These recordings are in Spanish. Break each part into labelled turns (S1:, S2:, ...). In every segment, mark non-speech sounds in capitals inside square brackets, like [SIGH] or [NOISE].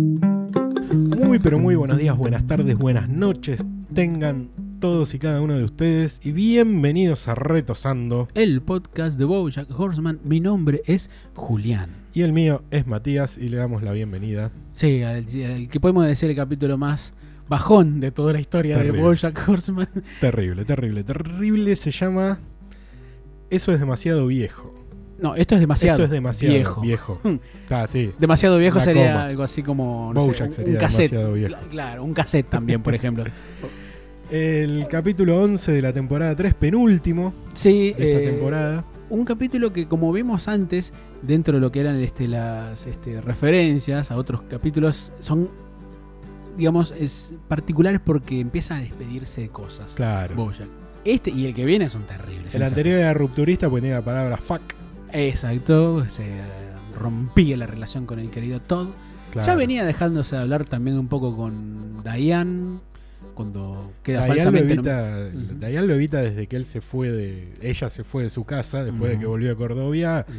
S1: Muy, pero muy buenos días, buenas tardes, buenas noches. Tengan todos y cada uno de ustedes y bienvenidos a Retosando.
S2: el podcast de Bojack Horseman. Mi nombre es Julián.
S1: Y el mío es Matías y le damos la bienvenida.
S2: Sí, al, al que podemos decir el capítulo más bajón de toda la historia
S1: Terrible.
S2: de Bojack Horseman. [LAUGHS]
S1: Terrible, terrible, terrible. Se llama Eso es demasiado viejo.
S2: No, esto es demasiado.
S1: Esto es demasiado
S2: viejo.
S1: viejo.
S2: [LAUGHS]
S1: Ah, sí.
S2: Demasiado viejo
S1: Una
S2: sería
S1: coma.
S2: algo así como no sé,
S1: Bojack
S2: un,
S1: sería
S2: un cassette.
S1: demasiado viejo.
S2: Cla- Claro, un cassette
S1: [LAUGHS]
S2: también, por ejemplo.
S1: El capítulo 11 de la temporada 3, penúltimo
S2: Sí,
S1: de esta
S2: eh,
S1: temporada.
S2: un capítulo que como vimos antes, dentro de lo que eran este, las este, referencias a otros capítulos, son, digamos, es, particulares porque empieza a despedirse de cosas.
S1: Claro.
S2: Bojack. Este y el que viene son terribles.
S1: El
S2: en
S1: anterior era rupturista porque tenía la palabra fuck.
S2: serio. Exacto. Se eh, rompía la relación con el querido Todd.
S1: Claro.
S2: Ya venía dejándose hablar también un poco con Diane. Cuando queda
S1: Dayan lo,
S2: falsamente. nom-
S1: evita,
S2: Ujú.
S1: Dayan lo evita desde que él se fue de. Ella se fue de su casa después de que
S2: Ujú.
S1: volvió a Cordovia.
S2: Ujú.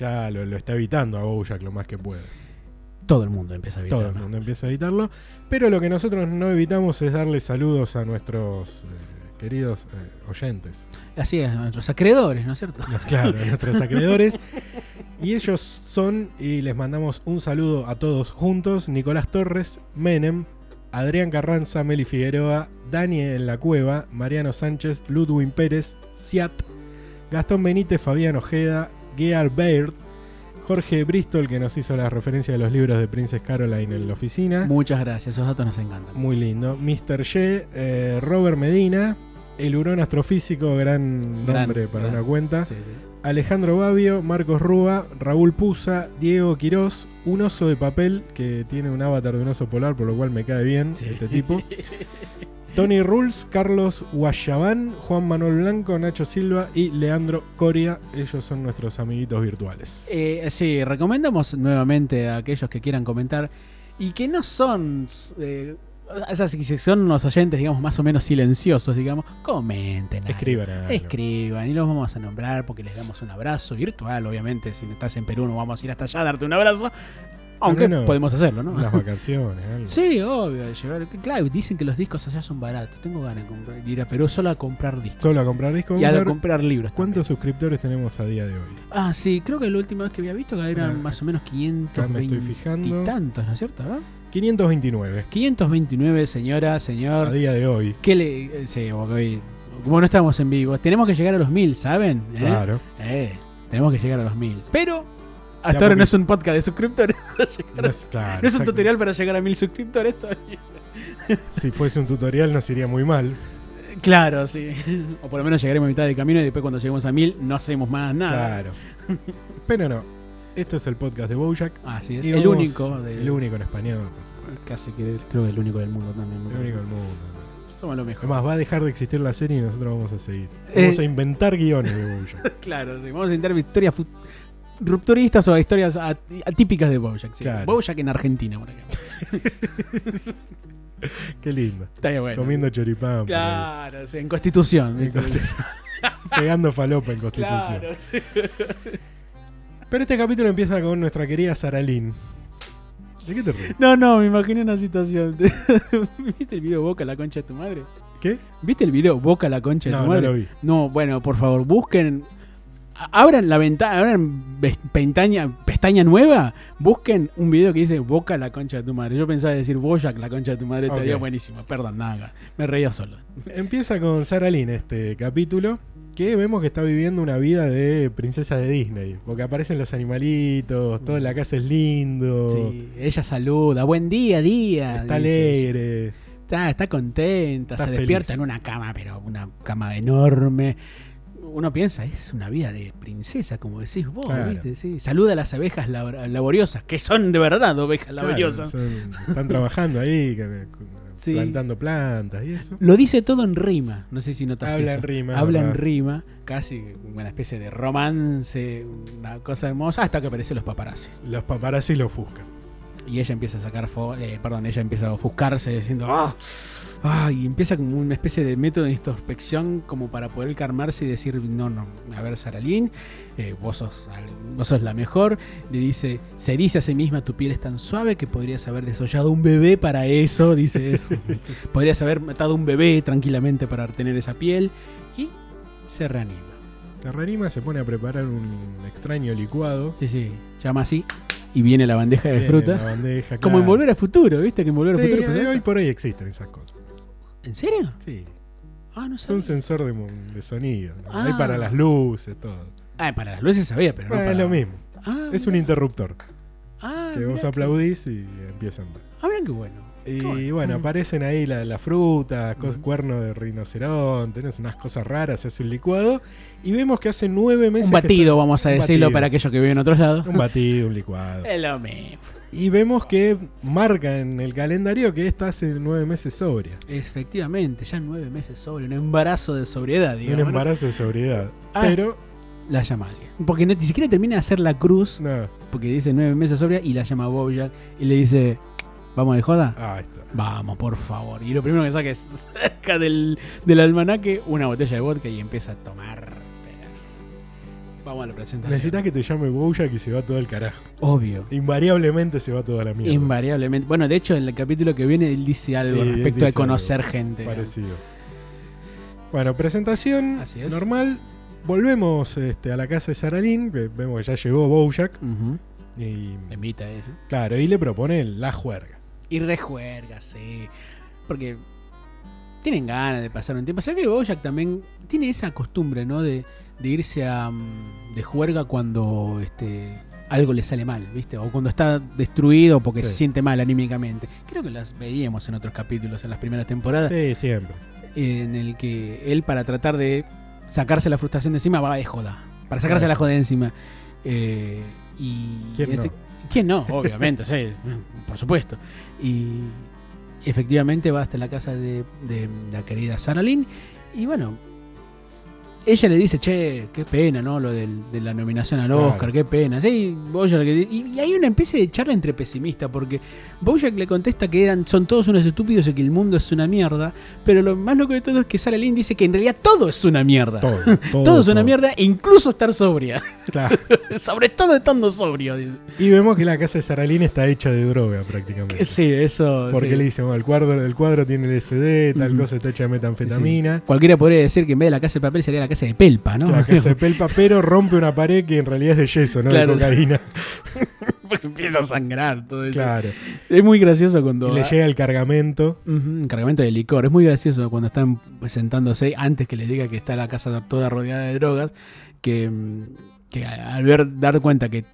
S1: Ya lo, lo está evitando a Bojack lo más que puede.
S2: Todo el mundo empieza a evitarlo.
S1: Todo el mundo empieza a evitarlo. Pero lo que nosotros no evitamos es darle saludos a nuestros eh, queridos eh, oyentes.
S2: Así es, nuestros acreedores, ¿no
S1: [LAUGHS]
S2: es cierto?
S1: Claro, a nuestros acreedores. Y ellos son, y les mandamos un saludo a todos juntos, Nicolás Torres, Menem, Adrián Carranza, Meli Figueroa, Daniel en la Cueva, Mariano Sánchez, Ludwin Pérez, Siat, Gastón Benítez, Fabián Ojeda, Gear Baird, Jorge Bristol, que nos hizo la referencia de los libros de Princess Caroline en la oficina. Muy,
S2: Muchas gracias, esos datos nos encantan.
S1: lindo. Mr. Ye, eh, Robert Medina, el hurón astrofísico, gran
S2: Gran,
S1: nombre para
S2: gran.
S1: una cuenta.
S2: Sí, sí.
S1: Alejandro Babio, Marcos Rúa, Raúl Pusa, Diego Quirós, un oso de papel que tiene un avatar de un oso polar, por lo cual me cae bien
S2: Sí.
S1: este
S2: [LAUGHS]
S1: tipo. Tony Rules, Carlos Guayabán, Juan Manuel Blanco, Nacho Silva y Leandro Coria. Ellos son nuestros amiguitos virtuales.
S2: Eh, sí, recomendamos nuevamente a aquellos que quieran comentar y que no son. eh, o sea, si son los oyentes, digamos, más o menos silenciosos, digamos, comenten. algo.
S1: Escriban algo.
S2: Escriban y los vamos a nombrar porque les damos un abrazo virtual, obviamente. Si estás en Perú, no vamos a ir hasta allá a darte un abrazo. Aunque
S1: no.
S2: podemos hacerlo, [LAUGHS] ¿no?
S1: Las vacaciones. algo.
S2: Sí, obvio. llevar- que- Claro, dicen que los discos allá son baratos. Tengo ganas de, comprar- de ir a Perú solo a comprar discos.
S1: Solo a comprar discos.
S2: y a
S1: Vamos a ver
S2: comprar libros. también.
S1: ¿Cuántos suscriptores tenemos a día de hoy?
S2: Ah, sí, creo que la última vez que había visto que eran
S1: Ah,
S2: más o menos
S1: Acá me estoy
S2: 520 y
S1: fijando.
S2: tantos, ¿no es cierto? ¿verdad?
S1: 529
S2: 529, señora,
S1: a
S2: señor.
S1: día de hoy.
S2: ¿Qué le.? eh, sí, porque hoy- como no estamos en vivo, tenemos que llegar a los mil, ¿saben? ¿Eh?
S1: Claro.
S2: Eh, tenemos que llegar a los mil. Pero
S1: De a
S2: hasta ahora
S1: poquito.
S2: no es un podcast de suscriptores. [LAUGHS]
S1: No es, claro,
S2: No es un
S1: exacto.
S2: tutorial para llegar a mil suscriptores todavía.
S1: Si fuese un tutorial nos iría muy mal.
S2: Claro, sí. O por lo menos llegaremos a mitad de camino y después cuando lleguemos a mil no hacemos más nada.
S1: Claro. Pero no. Esto es el podcast de Bojack.
S2: Así es.
S1: Y
S2: el
S1: vamos-
S2: único. de-
S1: El único en español. por supuesto.
S2: Casi que creo que el único del mundo también. me
S1: El único
S2: parece.
S1: del mundo.
S2: Somos lo mejor.
S1: Además, va a dejar de existir la serie y nosotros vamos a seguir. Vamos
S2: Eh.
S1: a inventar guiones de
S2: [LAUGHS]
S1: Bojack.
S2: Claro, sí. Vamos a intentar historias fu- rupturistas o historias at- atípicas de Bojack. Sí.
S1: Claro.
S2: Bojack en Argentina, por ejemplo.
S1: Qué lindo.
S2: Estaría bueno.
S1: Comiendo choripán. por
S2: Claro, sí, en Constitución.
S1: ahí. En
S2: [LAUGHS]
S1: Constitu- [LAUGHS] Pegando falopa en Constitución.
S2: Claro, sí.
S1: Pero este capítulo empieza con nuestra querida Saralín. ¿De qué te ríes?
S2: No, no, me imaginé una situación. [LAUGHS] ¿Viste el video Boca la concha de tu madre?
S1: ¿Qué?
S2: ¿Viste el video Boca la concha de
S1: No,
S2: tu
S1: no
S2: madre?
S1: lo vi.
S2: No, bueno, por favor, busquen. a- Abran la ventana, abran ves- pentaña, pestaña nueva, busquen un video que dice Boca la concha de tu madre. Yo pensaba decir Boyac la concha de tu madre, estaría
S1: Ok.
S2: buenísimo. Perdón, nada, me reía solo.
S1: Empieza con Sarah Lynn este capítulo, que vemos que está viviendo una vida de princesa de Disney, porque aparecen los animalitos, toda la casa es lindo,
S2: Sí, ella saluda, buen día, día.
S1: Oh. está
S2: dice ella.
S1: alegre,
S2: Está, está contenta,
S1: Está
S2: se
S1: feliz.
S2: despierta en una cama, pero una cama enorme. Uno piensa, es una vida de princesa, como decís vos,
S1: Claro.
S2: ¿viste? Sí. Saluda a las abejas lab- laboriosas, que son de verdad ovejas
S1: Claro,
S2: laboriosas.
S1: son- están trabajando ahí, que-
S2: Sí.
S1: plantando plantas y eso.
S2: Lo dice todo en rima, no sé si notas
S1: Habla
S2: eso.
S1: en rima,
S2: Habla en
S1: ¿verdad?
S2: rima, casi una especie de romance, una cosa hermosa, hasta que aparecen los paparazzis.
S1: Los paparazzi lo ofuscan.
S2: Y ella empieza a sacar fo- eh, perdón, ella empieza a ofuscarse diciendo, "Ah, Ay, empieza como una especie de método de introspección como para poder calmarse y decir, no, no, a ver, Saralín, eh, vos, sos, al- vos sos la mejor. Le dice, se dice a sí misma, tu piel es tan suave que podrías haber desollado un bebé para eso, dice
S1: [LAUGHS]
S2: eso. podrías haber matado un bebé tranquilamente para tener esa piel. Y se reanima.
S1: Se reanima, se pone a preparar un extraño licuado.
S2: Sí, sí, llama así y viene la bandeja de
S1: Viene
S2: Eh, fruta.
S1: la bandeja,
S2: [LAUGHS] Como
S1: claro.
S2: en Volver al Futuro, ¿viste? Que en Volver al
S1: Sí, eh,
S2: Futuro pasó
S1: hoy
S2: eso.
S1: por hoy existen esas cosas.
S2: ¿En serio?
S1: Sí,
S2: Ah, no
S1: es un
S2: sé.
S1: sensor de, mon- de sonido. ¿no? Hay
S2: Ah.
S1: para las luces, todo.
S2: Ah, para las luces sabía, pero no
S1: Ah,
S2: para...
S1: es lo mismo.
S2: Ah,
S1: Es un
S2: mirá.
S1: interruptor
S2: Ah,
S1: que vos
S2: mirá.
S1: aplaudís y empieza a andar.
S2: Ah, mirá qué bueno.
S1: Y
S2: Qué
S1: bueno,
S2: Mm.
S1: aparecen ahí la, la fruta, cos-
S2: Ujú.
S1: cuerno de rinoceronte, tenés unas cosas raras, se hace un licuado. Y vemos que hace nueve meses.
S2: Un
S1: que
S2: batido, vamos a
S1: un
S2: decirlo
S1: batido.
S2: para aquellos que viven en otros lados.
S1: está- un batido, un
S2: [LAUGHS]
S1: licuado.
S2: Es lo mismo.
S1: Y vemos que marca en el calendario que esta hace nueve meses sobria.
S2: Efectivamente, ya nueve meses sobre, un embarazo de sobriedad, digamos.
S1: un
S2: ¿no?
S1: embarazo de sobriedad.
S2: Ah.
S1: Pero,
S2: La llama alguien. Porque no- ni siquiera termina de hacer la cruz,
S1: no,
S2: porque dice nueve meses sobria y la llama Bojack y le dice, ¿vamos de joda?
S1: ah, ahí está.
S2: Vamos, por favor. Y lo primero que saca es [LAUGHS] saca del, del almanaque una botella de vodka y empieza a tomar. Vamos a la presentación.
S1: Necesitas que te llame Bojack y se va todo el carajo.
S2: Obvio.
S1: Invariablemente se va toda la mierda.
S2: Invariablemente. Bueno, de hecho, en el capítulo que viene él dice algo
S1: Sí, él
S2: respecto
S1: dice
S2: a conocer gente.
S1: Parecido. Bueno, presentación
S2: Así es.
S1: normal. Volvemos este, a la casa de Saralín, que vemos que ya llegó Bojack.
S2: Ujú.
S1: Y,
S2: Le invita a eso.
S1: claro, y le propone la juerga.
S2: Y rejuerga, sí. Porque tienen ganas de pasar un tiempo. O sea que Bojack también tiene esa costumbre, ¿no? De, de irse a, mm, de juerga cuando este, algo le sale mal, ¿viste? O cuando está destruido porque
S1: Sí.
S2: se siente mal anímicamente. Creo que las veíamos en otros capítulos, en las primeras temporadas,
S1: Sí, siempre.
S2: en el que él para tratar de sacarse la frustración de encima va de joda. Para sacarse
S1: Claro.
S2: la joda de encima. Eh, y este
S1: ¿Quién no?
S2: ¿Quién no? Obviamente, sí, por supuesto. Y efectivamente va hasta la casa de, de la querida Sara Lynn. Y bueno, ella le dice, che, qué pena, ¿no? Lo del- de la nominación al
S1: Claro.
S2: Oscar, qué pena. Sí, Bojack le di- y, y hay una especie de charla entre pesimista, porque Bojack le contesta que eran, son todos unos estúpidos y que el mundo es una mierda. Pero lo más loco de todo es que Sara Lynn dice que en realidad todo es una mierda. Ah. Todo, [LAUGHS]
S1: Todo. Todo,
S2: es una
S1: todo.
S2: mierda, e incluso estar sobria. [LAUGHS]
S1: Claro.
S2: Sobre todo estando sobrio. dice.
S1: Y vemos que la casa de Saralín está hecha de droga prácticamente.
S2: Sí, eso.
S1: Porque
S2: sí.
S1: le dicen, bueno, el cuadro, el cuadro tiene LSD, tal
S2: Ujú.
S1: cosa está hecha de metanfetamina.
S2: Cualquiera podría decir que en vez de la casa de papel sería la casa de pelpa, ¿no?
S1: La
S2: [LAUGHS]
S1: casa de pelpa, pero rompe una pared que en realidad es de yeso, no
S2: Claro,
S1: de cocaína.
S2: Porque empieza a sangrar todo eso.
S1: Claro.
S2: Es muy gracioso cuando.
S1: Y le llega el cargamento.
S2: Ujú, un cargamento de licor. Es muy gracioso cuando están sentándose antes que le diga que está la casa toda rodeada de drogas. Que, mm, que a- al ver, dar cuenta que eh,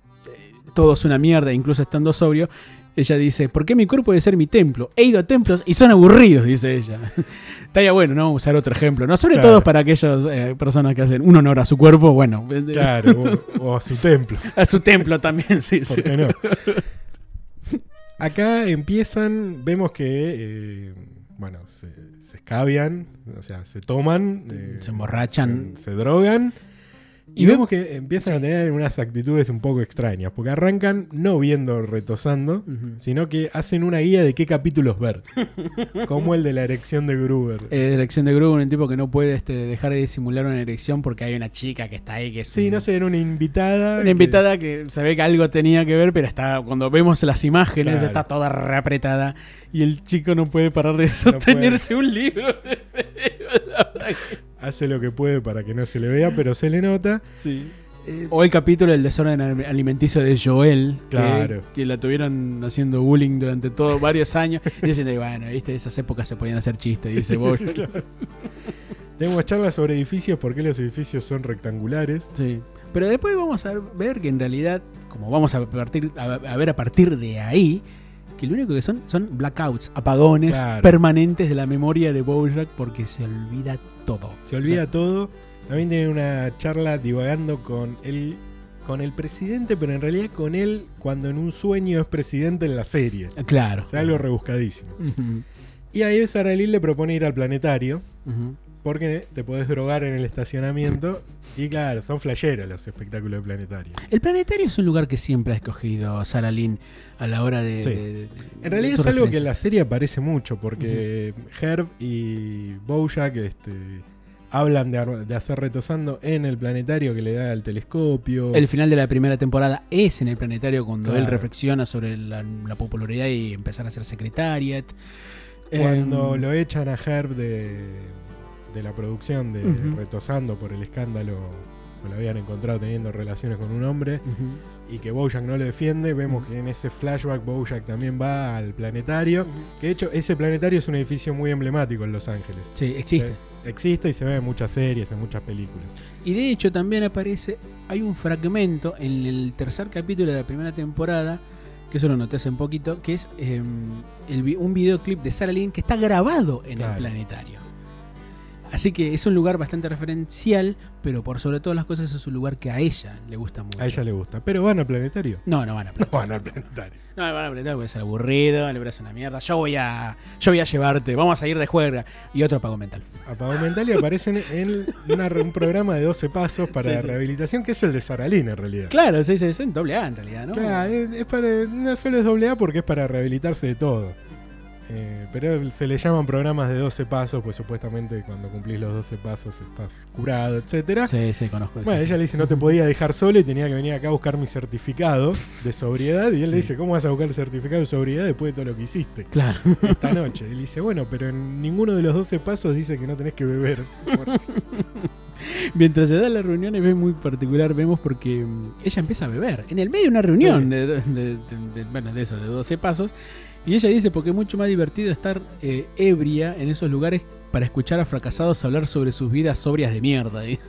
S2: todo es una mierda, incluso estando sobrio. Ella dice, ¿por qué mi cuerpo debe ser mi templo? He ido a templos y son aburridos, dice ella. [LAUGHS] Estaría bueno, ¿no? Usar otro ejemplo, ¿no? Sobre
S1: Claro.
S2: todo para aquellas eh, personas que hacen un honor a su cuerpo, bueno, [LAUGHS]
S1: Claro, o- o a su templo.
S2: a su templo también, [LAUGHS] sí, sí.
S1: ¿Por qué no? [LAUGHS] Acá empiezan, vemos que, eh, bueno, se, se escabian, o sea, se toman. eh,
S2: Se emborrachan.
S1: Se, se drogan. Y,
S2: Y
S1: vemos que empiezan a tener unas actitudes un poco extrañas, porque arrancan no viendo retosando,
S2: Ujú.
S1: sino que hacen una guía de qué capítulos ver,
S2: [LAUGHS]
S1: como el de la erección de Gruber.
S2: Eh, erección de Grover, un tipo que no puede este, dejar de disimular una erección porque hay una chica que está ahí que es
S1: Sí,
S2: un-
S1: no sé, era una invitada.
S2: una
S1: que-
S2: invitada que se ve que algo tenía que ver, pero está cuando vemos las imágenes
S1: Claro.
S2: está toda reapretada y el chico no puede parar de sostenerse un libro.
S1: Hace lo que puede para que no se le vea, pero se le nota. Eh,
S2: O el capítulo del desorden al- alimenticio de Joel, que-
S1: Claro.
S2: que, la tuvieron haciendo bullying durante todos varios años y diciendo, "Y bueno, viste, esas épocas se podían hacer chistes, dice Bob.
S1: Tenemos charlas sobre edificios, por qué los edificios son rectangulares.
S2: Sí. Pero después vamos a ver que en realidad, como vamos a, partir, a, a ver a partir de ahí, que lo único que son son blackouts, apagones
S1: Claro.
S2: permanentes de la memoria de Bojack porque se olvida todo.
S1: Se olvida todo. También tienen una charla divagando con el, con el presidente, pero en realidad con él cuando en un sueño es presidente en la serie.
S2: O sea, claro.
S1: O sea, algo rebuscadísimo.
S2: Ujú,
S1: Y ahí Sarah Lee le propone ir al planetario.
S2: ujú.
S1: Porque te podés drogar en el estacionamiento. Y claro, son flasheros los espectáculos planetarios.
S2: El planetario es un lugar que siempre ha escogido Sarah Lynn a la hora de.
S1: Sí.
S2: de- de- de
S1: En realidad
S2: su
S1: es algo que
S2: referencia.
S1: en la serie aparece mucho, porque Herb y Bojack este, hablan de, ar- de hacer retosando en el planetario que le da el telescopio.
S2: El final de la primera temporada es en el planetario cuando él
S1: Claro.
S2: reflexiona sobre la, la popularidad y empezar a ser secretariat.
S1: Cuando
S2: Em,
S1: lo echan a Herb de, de la producción de
S2: Ujú.
S1: Retosando por el escándalo que lo habían encontrado teniendo relaciones con un hombre
S2: ujú.
S1: y que Bojack no lo defiende, vemos
S2: Ujú.
S1: que en ese flashback Bojack también va al planetario. Que de hecho ese planetario es un edificio muy emblemático en Los Ángeles.
S2: Sí, existe.
S1: Se- Eh, existe y se ve en muchas series, en muchas películas.
S2: Y de hecho también aparece, hay un fragmento en el tercer capítulo de la primera temporada, que eso lo noté hace un poquito, que es eh, el vi- un videoclip de Sarah Lynn que está grabado en
S1: Claro.
S2: el planetario. Así que es un lugar bastante referencial, pero por sobre todas las cosas es un lugar que a ella le gusta mucho.
S1: A ella le gusta. Pero van al planetario.
S2: No, no van a
S1: No van al planetario.
S2: No, el planetario puede ser aburrido, el brazo es una mierda. Yo voy a yo voy a llevarte, vamos a ir de juerga. Y otro apago mental.
S1: Apagón mental y aparecen en una re- un programa de 12 pasos para
S2: Sí, sí.
S1: rehabilitación, que es el de Saralina en realidad.
S2: Claro, sí, sí, es en doble A en realidad, ¿no?
S1: Claro, es, es para, no solo es doble A porque es para rehabilitarse de todo. Eh, pero se le llaman programas de 12 pasos, pues supuestamente cuando cumplís los 12 pasos estás curado, etcétera.
S2: Sí, sí, conozco eso.
S1: Bueno, ella le dice no te podía dejar solo y tenía que venir acá a buscar mi certificado de sobriedad. Y él
S2: Sí.
S1: le dice, ¿cómo vas a buscar el certificado de sobriedad después de todo lo que hiciste
S2: Claro. [LAUGHS]
S1: esta noche? Y le dice, bueno, pero en ninguno de los 12 pasos dice que no tenés que beber.
S2: [LAUGHS] Mientras se da la reunión es muy particular, vemos porque mm, ella empieza a beber. En el medio de una reunión
S1: Sí.
S2: de, do- de- de- de- bueno, de eso, de 12 pasos. Y ella dice, porque es mucho más divertido estar eh, ebria en esos lugares para escuchar a fracasados hablar sobre sus vidas sobrias de mierda. [LAUGHS] dice.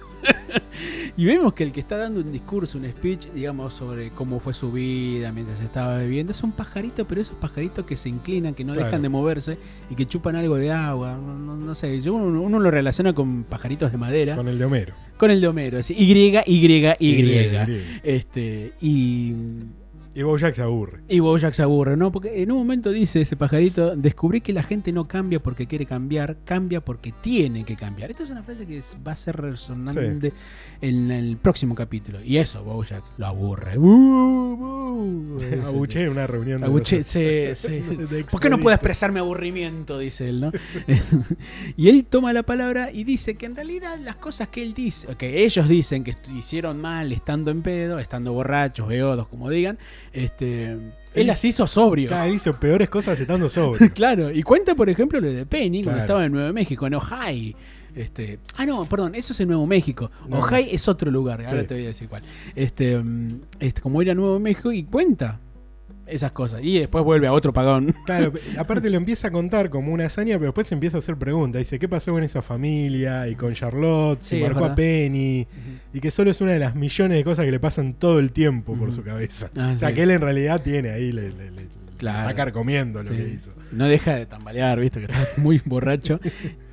S2: y vemos que el que está dando un discurso, un speech, digamos, sobre cómo fue su vida mientras estaba bebiendo, es un pajarito, pero esos pajaritos que se inclinan, que no
S1: Claro.
S2: dejan de moverse y que chupan algo de agua. No, no- no sé, yo uno, uno lo relaciona con pajaritos de madera
S1: Con el de Homero.
S2: con el de Homero, es Y, Y, Y.
S1: Y.
S2: Este, y,
S1: Y Bojack se aburre.
S2: y Bojack se aburre, ¿no? Porque en un momento dice ese pajarito, descubrí que la gente no cambia porque quiere cambiar, cambia porque tiene que cambiar. Esta es una frase que es- va a ser resonante en el próximo capítulo. Y eso, Bojack lo [LAUGHS] aburre. Uh, uh,
S1: Abuché en una reunión de
S2: Abuche,
S1: dos-
S2: sí, sí, sí.
S1: de
S2: ¿Por qué no
S1: expedito.
S2: puedo expresar mi aburrimiento?
S1: [LAUGHS]
S2: Dice él, ¿no? [LAUGHS] y él toma la palabra y dice que en realidad las cosas que él dice, o que ellos dicen que estu- hicieron mal estando en pedo, estando borrachos, beodos, como digan, este, él
S1: Él
S2: las hizo sobrio.
S1: Cada hizo peores cosas estando sobrio.
S2: [LAUGHS] Claro, y cuenta por ejemplo lo de Penny cuando
S1: Claro.
S2: estaba en Nuevo México, en Ojai. Este, ah, no, perdón, eso es en Nuevo México.
S1: No.
S2: Ojai es otro lugar, ahora
S1: Sí.
S2: te voy a decir cuál. Este, mm, este, como ir a Nuevo México y cuenta esas cosas. Y después vuelve a otro pagón.
S1: Claro, aparte lo empieza a contar como una hazaña, pero después empieza a hacer preguntas. Dice, ¿qué pasó con esa familia? Y con Charlotte,
S2: Sí,
S1: si
S2: es
S1: marcó
S2: verdad.
S1: a Penny. Y que solo es una de las millones de cosas que le pasan todo el tiempo por
S2: Ujú.
S1: su cabeza.
S2: Ah,
S1: O sea,
S2: sí.
S1: que él en realidad tiene ahí, le, le- le- le
S2: Claro.
S1: está carcomiendo lo
S2: Sí.
S1: que hizo.
S2: No deja de tambalear, viste, que está muy [LAUGHS] borracho.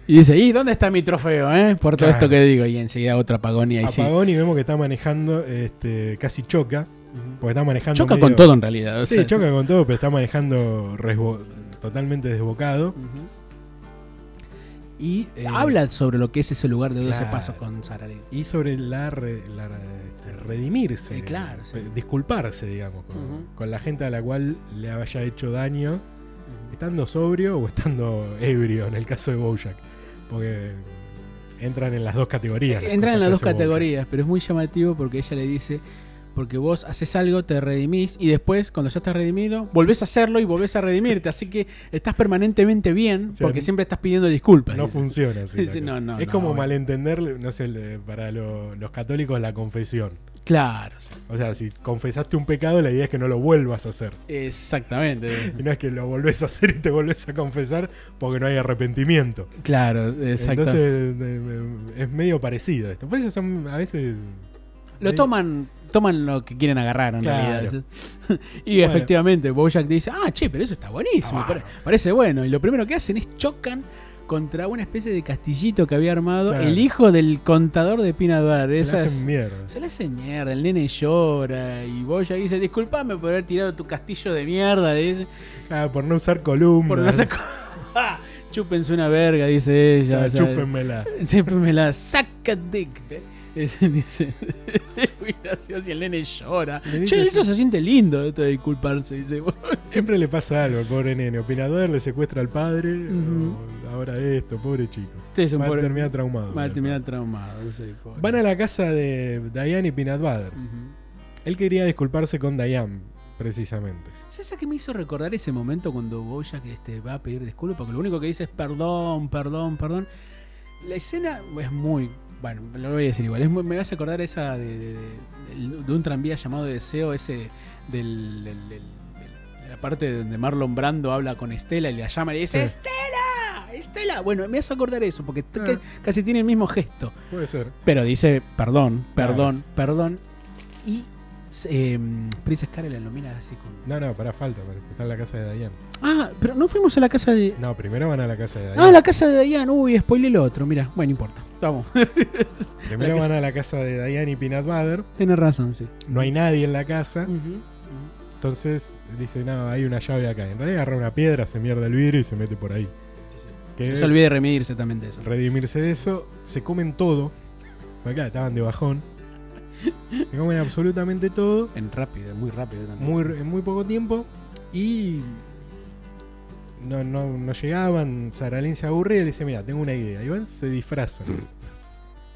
S2: Y dice, ¿y dónde está mi trofeo, eh? Por todo
S1: Claro.
S2: esto que digo. Y enseguida otro apagón y ahí
S1: Apagón y vemos que está manejando, este, casi choca,
S2: sí.
S1: porque está manejando...
S2: Choca
S1: medio-
S2: con todo en realidad. o
S1: Sí,
S2: sea.
S1: choca con todo, pero está manejando resbo- totalmente desbocado.
S2: Ujú.
S1: Y eh,
S2: Habla sobre lo que es ese lugar de 12
S1: Claro.
S2: pasos con Sara Lee.
S1: Y sobre la, re- la re- redimirse.
S2: Sí, claro, sí.
S1: pe- Disculparse, digamos, con,
S2: Ujú.
S1: con la gente a la cual le haya hecho daño, estando sobrio o estando ebrio, en el caso de Bojack. Porque entran en las dos categorías. las
S2: Entran en las dos
S1: cosas que hace Bojack.
S2: categorías, pero es muy llamativo porque ella le dice, porque vos haces algo, te redimís y después, cuando ya estás redimido, volvés a hacerlo y volvés a redimirte. Así que estás permanentemente bien
S1: Sí,
S2: porque
S1: no-
S2: siempre estás pidiendo disculpas.
S1: No
S2: dice.
S1: funciona así. la
S2: [LAUGHS] Sí, no,
S1: cosa.
S2: no,
S1: es
S2: no,
S1: como
S2: bueno.
S1: malentender, no sé, el de- para lo- los católicos la confesión.
S2: Claro, sí.
S1: O sea, si confesaste un pecado, la idea es que no lo vuelvas a hacer. [LAUGHS]
S2: exactamente.
S1: Y no es que lo volvés a hacer y te volvés a confesar porque no hay arrepentimiento.
S2: claro, exacto.
S1: Entonces eh, eh, es medio parecido esto. Por eso son a veces.
S2: Lo
S1: medio-
S2: toman, toman lo que quieren agarrar en
S1: eh, Claro.
S2: realidad. [LAUGHS] y
S1: Bueno.
S2: efectivamente, Bojack dice, ah, che, pero eso está buenísimo,
S1: Ah,
S2: pare-
S1: bueno.
S2: parece bueno. Y lo primero que hacen es chocan contra una especie de castillito que había armado
S1: Claro.
S2: el hijo del contador de Pina Duarte.
S1: Se le
S2: Esas-
S1: hacen mierda.
S2: Se le hace mierda, el nene llora y Bojack dice, disculpame por haber tirado tu castillo de mierda, dice,
S1: Ah, por no usar columnas.
S2: por no sacar... [LAUGHS] Chúpense una verga, dice ella. o sea,
S1: Chúpenmela.
S2: Siempre me la saca dick. ¿ve? Es- [LAUGHS] Dice, es muy gracioso y el nene llora.
S1: Le
S2: Che,
S1: dice-
S2: eso se siente lindo, esto de disculparse. Dice, [LAUGHS]
S1: Siempre le pasa algo al pobre nene. Opinador le secuestra al padre.
S2: Ujú.
S1: o ahora esto, pobre chico.
S2: "Este es un
S1: Va a
S2: pobre-
S1: terminar traumado.
S2: va a terminar traumado. sí, pobre".
S1: Van a la casa de Diane y Peanut Butter.
S2: Ujú.
S1: Él quería disculparse con Diane, precisamente.
S2: ¿Sabes a qué me hizo recordar ese momento cuando Bojack este, va a pedir disculpas? Porque lo único que dice es perdón, perdón, perdón. La escena es muy. Bueno, lo voy a decir igual. Es muy- me hace acordar esa de, de- de- de un tranvía llamado Deseo, ese del. del- del- de la parte donde Marlon Brando habla con Estela y la llama y le dice:
S1: Sí.
S2: ¡Estela! ¡Estela! Bueno, me hace acordar eso, porque t-
S1: Ah.
S2: que- casi tiene el mismo gesto.
S1: Puede ser.
S2: Pero dice, perdón,
S1: Claro.
S2: perdón, perdón. Y eh, Princess Carol lo mira así con.
S1: No, no, para falta. pará, Está en la casa de Diane.
S2: Ah, pero no fuimos a la casa de.
S1: No, primero van a la casa de Diane.
S2: Ah, la casa de Diane. Uy, spoiler lo otro. Mira, bueno, no importa. Vamos. [LAUGHS]
S1: Primero
S2: la
S1: van a la casa de Diane y Peanut Butter.
S2: Tienes razón, sí.
S1: No hay nadie en la casa.
S2: Ujú.
S1: Entonces dice, no, hay una llave acá. En realidad agarra una piedra, se mierda el vidrio y se mete por ahí. Que
S2: No se olvide de remidirse también de eso.
S1: redimirse de eso, se comen todo. Porque claro, estaban de bajón. Se comen absolutamente todo.
S2: En rápido, muy rápido también.
S1: Muy, en muy poco tiempo. Y no, no, no llegaban. Saralín se aburre y le dice, mira, tengo una idea. Iván se disfraza.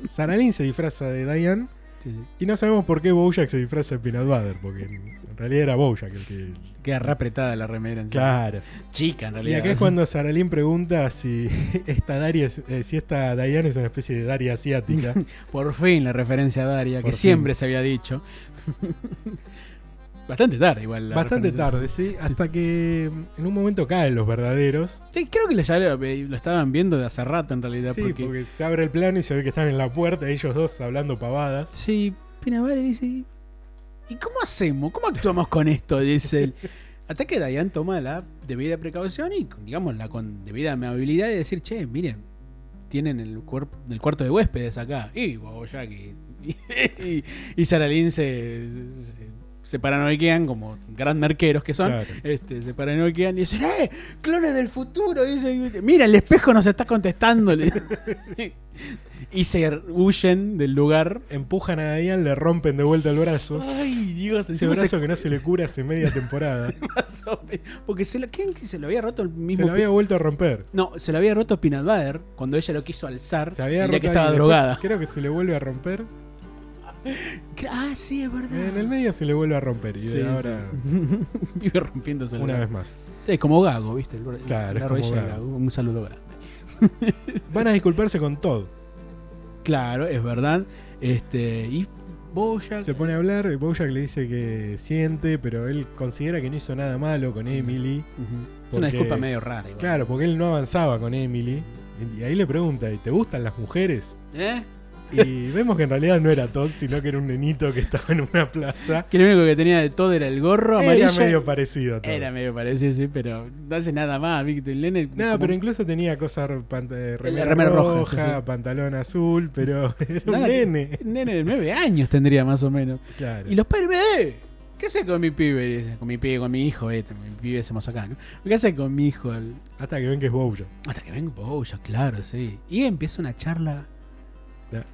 S1: Saralín se disfraza de Diane.
S2: Sí, sí.
S1: Y no sabemos por qué Bojack se disfraza de Peanut Butter, porque en en realidad era Bojack el que...
S2: Queda re apretada la remera. encima.
S1: Claro.
S2: Chica, en
S1: Y
S2: realidad. ¿eh?
S1: acá es cuando Saralín pregunta si [LAUGHS] esta, Daria es- eh, si esta Diane es una especie de Daria asiática.
S2: [LAUGHS] Por fin la referencia a Daria, que
S1: Por fin.
S2: siempre se había dicho. [LAUGHS] Bastante tarde, igual. la
S1: Bastante
S2: referencia.
S1: tarde, sí. Hasta que mm, en un momento caen los verdaderos.
S2: Sí, creo que ya lo, eh, lo estaban viendo de hace rato en realidad.
S1: Sí,
S2: porque,
S1: porque se abre el plano y se ve que están en la puerta ellos dos hablando pavadas.
S2: Sí, Pinabare dice. ¿Y cómo hacemos? ¿Cómo actuamos con esto? Dice él. Hasta que Dayan toma la debida precaución y, digamos, la con debida amabilidad de decir, che, miren, tienen el, cuerpo el cuarto de huéspedes acá. Y Bojack y, y, [LAUGHS] y, Sarah Lynn se, se, se paranoiquean como gran merqueros que son.
S1: Claro.
S2: Este, se paranoiquean y dicen, ¡eh! ¡Clones del futuro! Dicen, Mira, el espejo nos está contestando. Le- [LAUGHS] y se huyen del lugar.
S1: Empujan a Diane, le rompen de vuelta el brazo.
S2: Ay, Dios,
S1: Ese
S2: Ah, encima se
S1: brazo que no se le cura hace media temporada.
S2: pasó. Porque se lo, ¿quién se lo había roto el
S1: Se
S2: [LAUGHS] mismo?
S1: lo había vuelto a romper.
S2: No, se lo había roto Peanut Butter cuando ella lo quiso alzar
S1: Se había
S2: el día que
S1: roto
S2: estaba
S1: y después
S2: drogada.
S1: Creo que se le vuelve a romper.
S2: Ah, sí, es verdad.
S1: En el medio se le vuelve a romper. Y
S2: Sí,
S1: de ahora,
S2: sí. [LAUGHS] Vive rompiéndose el
S1: una
S2: brazo.
S1: vez más.
S2: Sí, como Gago, ¿viste? El bra-
S1: Claro,
S2: la
S1: es como
S2: rodilla de
S1: Gago.
S2: Gago. Un saludo grande.
S1: Van a disculparse con
S2: [LAUGHS]
S1: Todd.
S2: Claro, es verdad. Este, y Boya.
S1: Se pone a hablar. y Bojack le dice que siente, pero él considera que no hizo nada malo con Emily.
S2: Es una
S1: porque-
S2: disculpa medio rara. Igual.
S1: Claro, porque él no avanzaba con Emily. Y ahí le pregunta, ¿y te gustan las mujeres?
S2: ¿Eh? [LAUGHS]
S1: Y vemos que en realidad no era Todd, sino que era un nenito que estaba en una plaza.
S2: Que lo único que tenía de todo era el gorro
S1: Era
S2: amarillo.
S1: medio parecido a Todd.
S2: Era medio parecido, sí, pero no hace nada más, Víctor. El nene.
S1: Nada,
S2: como-
S1: pero incluso tenía cosas, pant- eh, remera,
S2: remera roja,
S1: roja,
S2: sí, sí.
S1: pantalón azul, pero [LAUGHS] era un
S2: Nada,
S1: nene.
S2: Nene de nueve años tendría más o menos.
S1: Claro.
S2: Y los padres, "Eh, ¿qué haces con mi pibe? Y dice, Con mi pibe, con mi hijo, este, mi pibe hacemos acá, ¿no? ¿Qué haces con mi hijo? El-
S1: Hasta que ven que es Bojack.
S2: Hasta que venga Boya, claro, sí. Y empieza una charla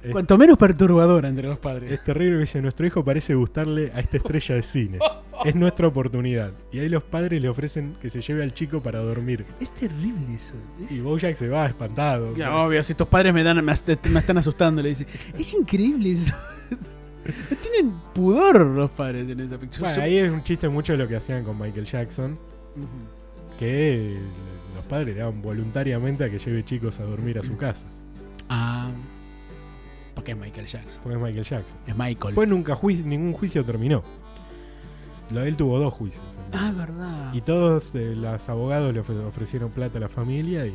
S1: Es,
S2: cuanto menos perturbadora entre los padres.
S1: es terrible que dice, nuestro hijo parece gustarle a esta estrella de
S2: [LAUGHS]
S1: cine. Es nuestra oportunidad. Y ahí los padres le ofrecen que se lleve al chico para dormir.
S2: Es terrible eso. es-
S1: Y Bojack se va espantado.
S2: Ya, obvio, si estos padres me dan, me, ast- me están asustando, le dice. Es increíble eso. [LAUGHS] No tienen pudor los padres en esa ficción.
S1: Bueno, ahí es un chiste mucho de lo que hacían con Michael Jackson,
S2: Ujú.
S1: que eh, los padres le daban voluntariamente a que lleve chicos a dormir a su casa,
S2: Ah. Porque es Michael Jackson.
S1: porque es Michael Jackson.
S2: Es Michael.
S1: Después nunca juiz, ningún juicio terminó. Lo de él tuvo dos juicios. en
S2: ah,
S1: realidad.
S2: verdad.
S1: Y todos eh, los abogados le ofre- ofrecieron plata a la familia y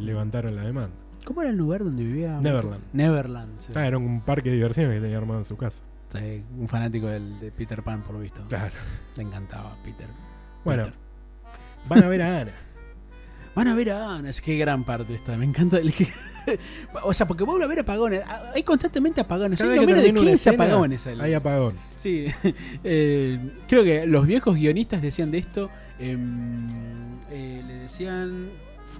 S1: levantaron la demanda.
S2: ¿Cómo era el lugar donde vivía?
S1: Neverland.
S2: Neverland, sí.
S1: Ah, era un parque de diversiones que tenía armado en su casa.
S2: Sí, un fanático del, de Peter Pan, por lo visto.
S1: Claro.
S2: Le encantaba Peter.
S1: Bueno,
S2: Peter.
S1: van a ver a
S2: [LAUGHS]
S1: Ana.
S2: Van a ver a Ana, es que gran parte está. Me encanta. [LAUGHS] el que- o sea, porque vuelve a ver apagones. Ah, Hay constantemente apagones.
S1: Cada
S2: Hay
S1: vez
S2: no
S1: que
S2: menos de
S1: termina una
S2: 15
S1: escena,
S2: apagones. ahí.
S1: Hay
S2: [LAUGHS]
S1: apagón.
S2: Sí, eh, creo que los viejos guionistas decían de esto, em, eh, le decían,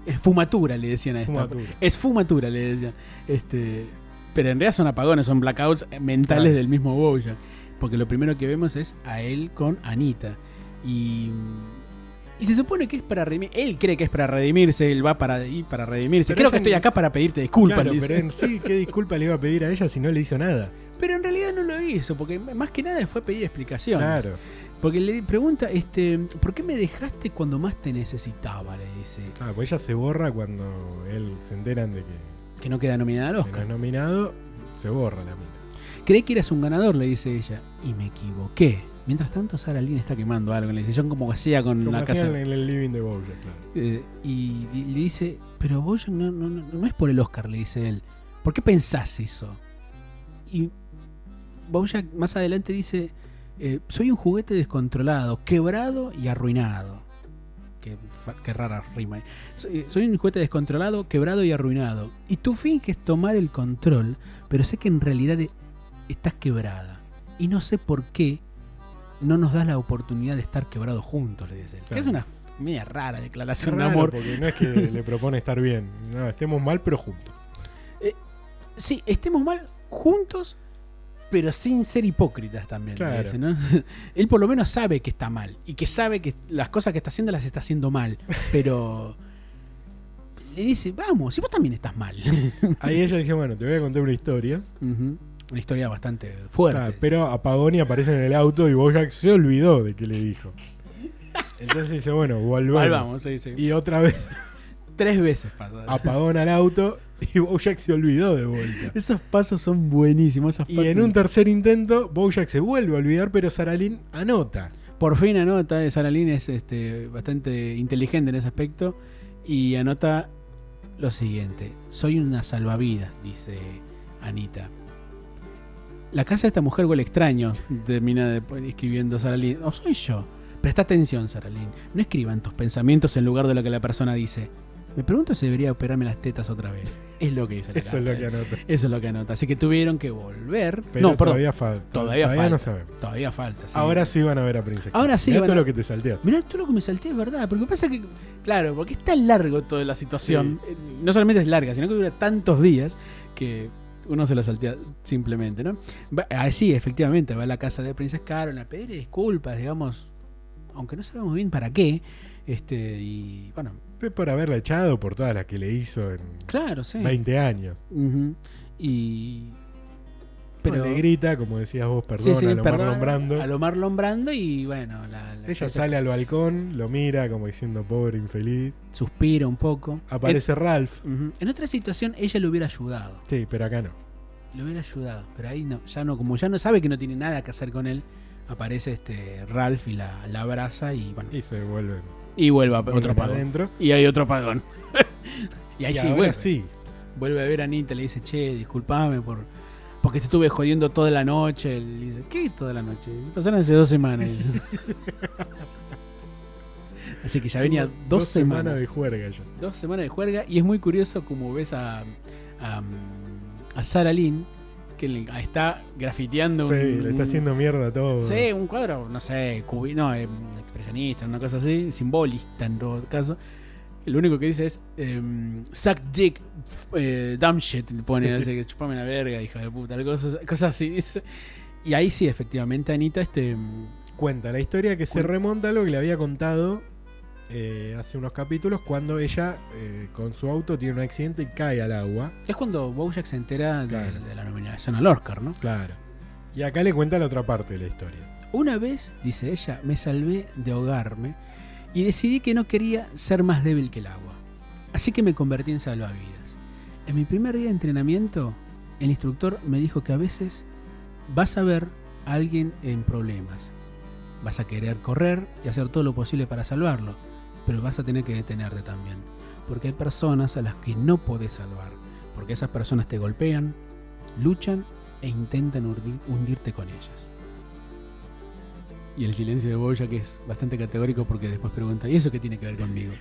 S2: Es fumatura, le decían a esta.
S1: Fumatura.
S2: Es fumatura, le decían. Este, pero en realidad son apagones, son blackouts mentales
S1: Claro.
S2: del mismo Bojack. Porque lo primero que vemos es a él con Anita. Y. Y se supone que es para redimir. Él cree que es para redimirse, él va para ahí para redimirse.
S1: Pero
S2: Creo que
S1: ella
S2: estoy
S1: ni-
S2: acá para pedirte disculpas.
S1: Claro,
S2: le dice.
S1: pero en sí, ¿qué disculpa le iba a pedir a ella si no le hizo nada?
S2: Pero en realidad no lo hizo, porque más que nada fue pedir explicaciones.
S1: Claro.
S2: Porque le pregunta, este, ¿por qué me dejaste cuando más te necesitaba? Le dice.
S1: Ah, pues ella se borra cuando él se enteran de que
S2: Que no queda nominada al
S1: que no
S2: Oscar.
S1: es nominado, se borra la mina.
S2: Creí que eras un ganador, le dice ella. Y me equivoqué. Mientras tanto, Sara Lynn está quemando algo en la decisión como hacía con
S1: Como
S2: la
S1: hacían
S2: casa.
S1: en el living de Bojack, claro.
S2: Eh, y y le dice, pero Bojack no, no, no, no es por el Oscar, le dice él. ¿Por qué pensás eso? Y Bojack más adelante dice, eh, soy un juguete descontrolado, quebrado y arruinado. Qué, fa- qué rara rima. Soy, soy un juguete descontrolado, quebrado y arruinado. Y tú finges tomar el control, pero sé que en realidad e- estás quebrada. Y no sé por qué no nos das la oportunidad de estar quebrados juntos, le dice él. Que Es
S1: Claro.
S2: una media rara
S1: Es
S2: declaración de
S1: raro,
S2: amor.
S1: porque no es que le propone estar bien, no, estemos mal pero juntos.
S2: sí, estemos mal juntos, pero sin ser hipócritas también.
S1: Claro.
S2: parece, ¿no? [LAUGHS] Él por lo menos sabe que está mal y que sabe que las cosas que está haciendo las está
S1: [LAUGHS]
S2: haciendo mal, pero le dice, vamos, si vos también
S1: [LAUGHS]
S2: estás mal.
S1: Ahí ella dice, bueno, te voy a contar una historia.
S2: Ujú. Una historia bastante fuerte.
S1: Claro, Ah, pero apagón y aparece en el auto y Bojack se olvidó de que le dijo. Entonces dice, bueno, volvamos.
S2: Ahí vamos, se dice.
S1: Y otra vez
S2: Tres veces pasa.
S1: apagón al auto y Bojack se olvidó de vuelta.
S2: Esos pasos son buenísimos. esos
S1: Y
S2: pasos-
S1: en un tercer intento, Bojack se vuelve a olvidar, pero Saralín anota.
S2: Por fin anota, Sara Lynn es este, bastante inteligente en ese aspecto y anota lo siguiente. Soy una salvavidas, dice Anita. La casa de esta mujer huele extraño, termina de- pues, escribiendo Sara Lynn. O soy yo. Presta atención, Sara Lynn. No escriban tus pensamientos en lugar de lo que la persona dice. Me pregunto si debería operarme las tetas otra vez. Es lo que dice la
S1: Eso es lo
S2: carta.
S1: que anota.
S2: Eso es lo que anota. Así que tuvieron que volver.
S1: Pero
S2: no, perdón.
S1: todavía falta.
S2: Todavía
S1: Todavía,
S2: falta.
S1: no sabemos.
S2: Todavía falta. sí.
S1: Ahora sí van a ver a Princesa.
S2: Ahora sí
S1: Mirá
S2: van
S1: todo
S2: a-
S1: lo que te salteó.
S2: Mirá, todo lo que me salté es verdad. Porque pasa que, claro, porque es tan largo toda la situación. eh, No solamente es larga, sino que dura tantos días que uno se lo saltea simplemente, ¿no? Va- ah, sí, efectivamente, va a la casa de Princess Carol a pedirle disculpas, digamos, aunque no sabemos bien para qué. Este, y bueno,
S1: Fue Por haberla echado por todas las que le hizo en
S2: claro, sí.
S1: 20 años.
S2: Ujú. Y.
S1: Pero le grita, como decías vos, perdón,
S2: Sí, sí,
S1: a lo
S2: perdón,
S1: nombrando.
S2: a lo Marlon Brando y bueno, la, la
S1: Ella
S2: princesa
S1: sale al balcón, lo mira como diciendo pobre infeliz.
S2: suspira un poco.
S1: Aparece Ralph.
S2: En- ujú. en otra situación ella lo hubiera ayudado.
S1: Sí, pero acá no.
S2: Lo hubiera ayudado, pero ahí no, ya no, como ya no sabe que no tiene nada que hacer con él, aparece este Ralph y la, la abraza y bueno.
S1: Y se vuelven.
S2: Y vuelve a-
S1: vuelven
S2: otro pagón.
S1: adentro.
S2: Y hay otro pagón. [LAUGHS] y ahí
S1: y
S2: sí,
S1: ahora
S2: vuelve.
S1: sí.
S2: Vuelve a ver a Anita, le dice, che, disculpame por. Porque te estuve jodiendo toda la noche. Le dice, ¿qué toda la noche? Dice, Pasaron hace dos [LAUGHS] semanas. Así que ya venía dos,
S1: Tuvo
S2: semanas.
S1: de juerga ya.
S2: dos semanas de juerga y es muy curioso como ves a, a, a Sara Lynn que le- ah, está grafiteando
S1: Sí,
S2: un,
S1: le está haciendo mierda a todo.
S2: Sí, un cuadro, no sé, cubi- no, eh, expresionista, una cosa así, simbolista en todo caso. Lo único que dice es em, Suck dick, f- eh, dumb shit, le pone, así que chupame la verga, hijo de puta, cosas, cosas así. dice. Y ahí sí, efectivamente, Anita, este,
S1: Cuenta la historia que se
S2: Cu-
S1: remonta a lo que le había contado eh, hace unos capítulos cuando ella eh, con su auto tiene un accidente y cae al agua.
S2: es cuando Bojack se entera de-
S1: Claro.
S2: de la nominación al Oscar, ¿no?
S1: Claro. Y acá le cuenta la otra parte de la historia.
S2: Una vez, dice ella, me salvé de ahogarme y decidí que no quería ser más débil que el agua. Así que me convertí en salvavidas. En mi primer día de entrenamiento, el instructor me dijo que a veces vas a ver a alguien en problemas. Vas a querer correr y hacer todo lo posible para salvarlo, pero vas a tener que detenerte también. Porque hay personas a las que no podés salvar, porque esas personas te golpean, luchan e intentan hundi- hundirte con ellas. Y el silencio de Boya que es bastante categórico porque después pregunta, ¿y eso qué tiene que ver conmigo?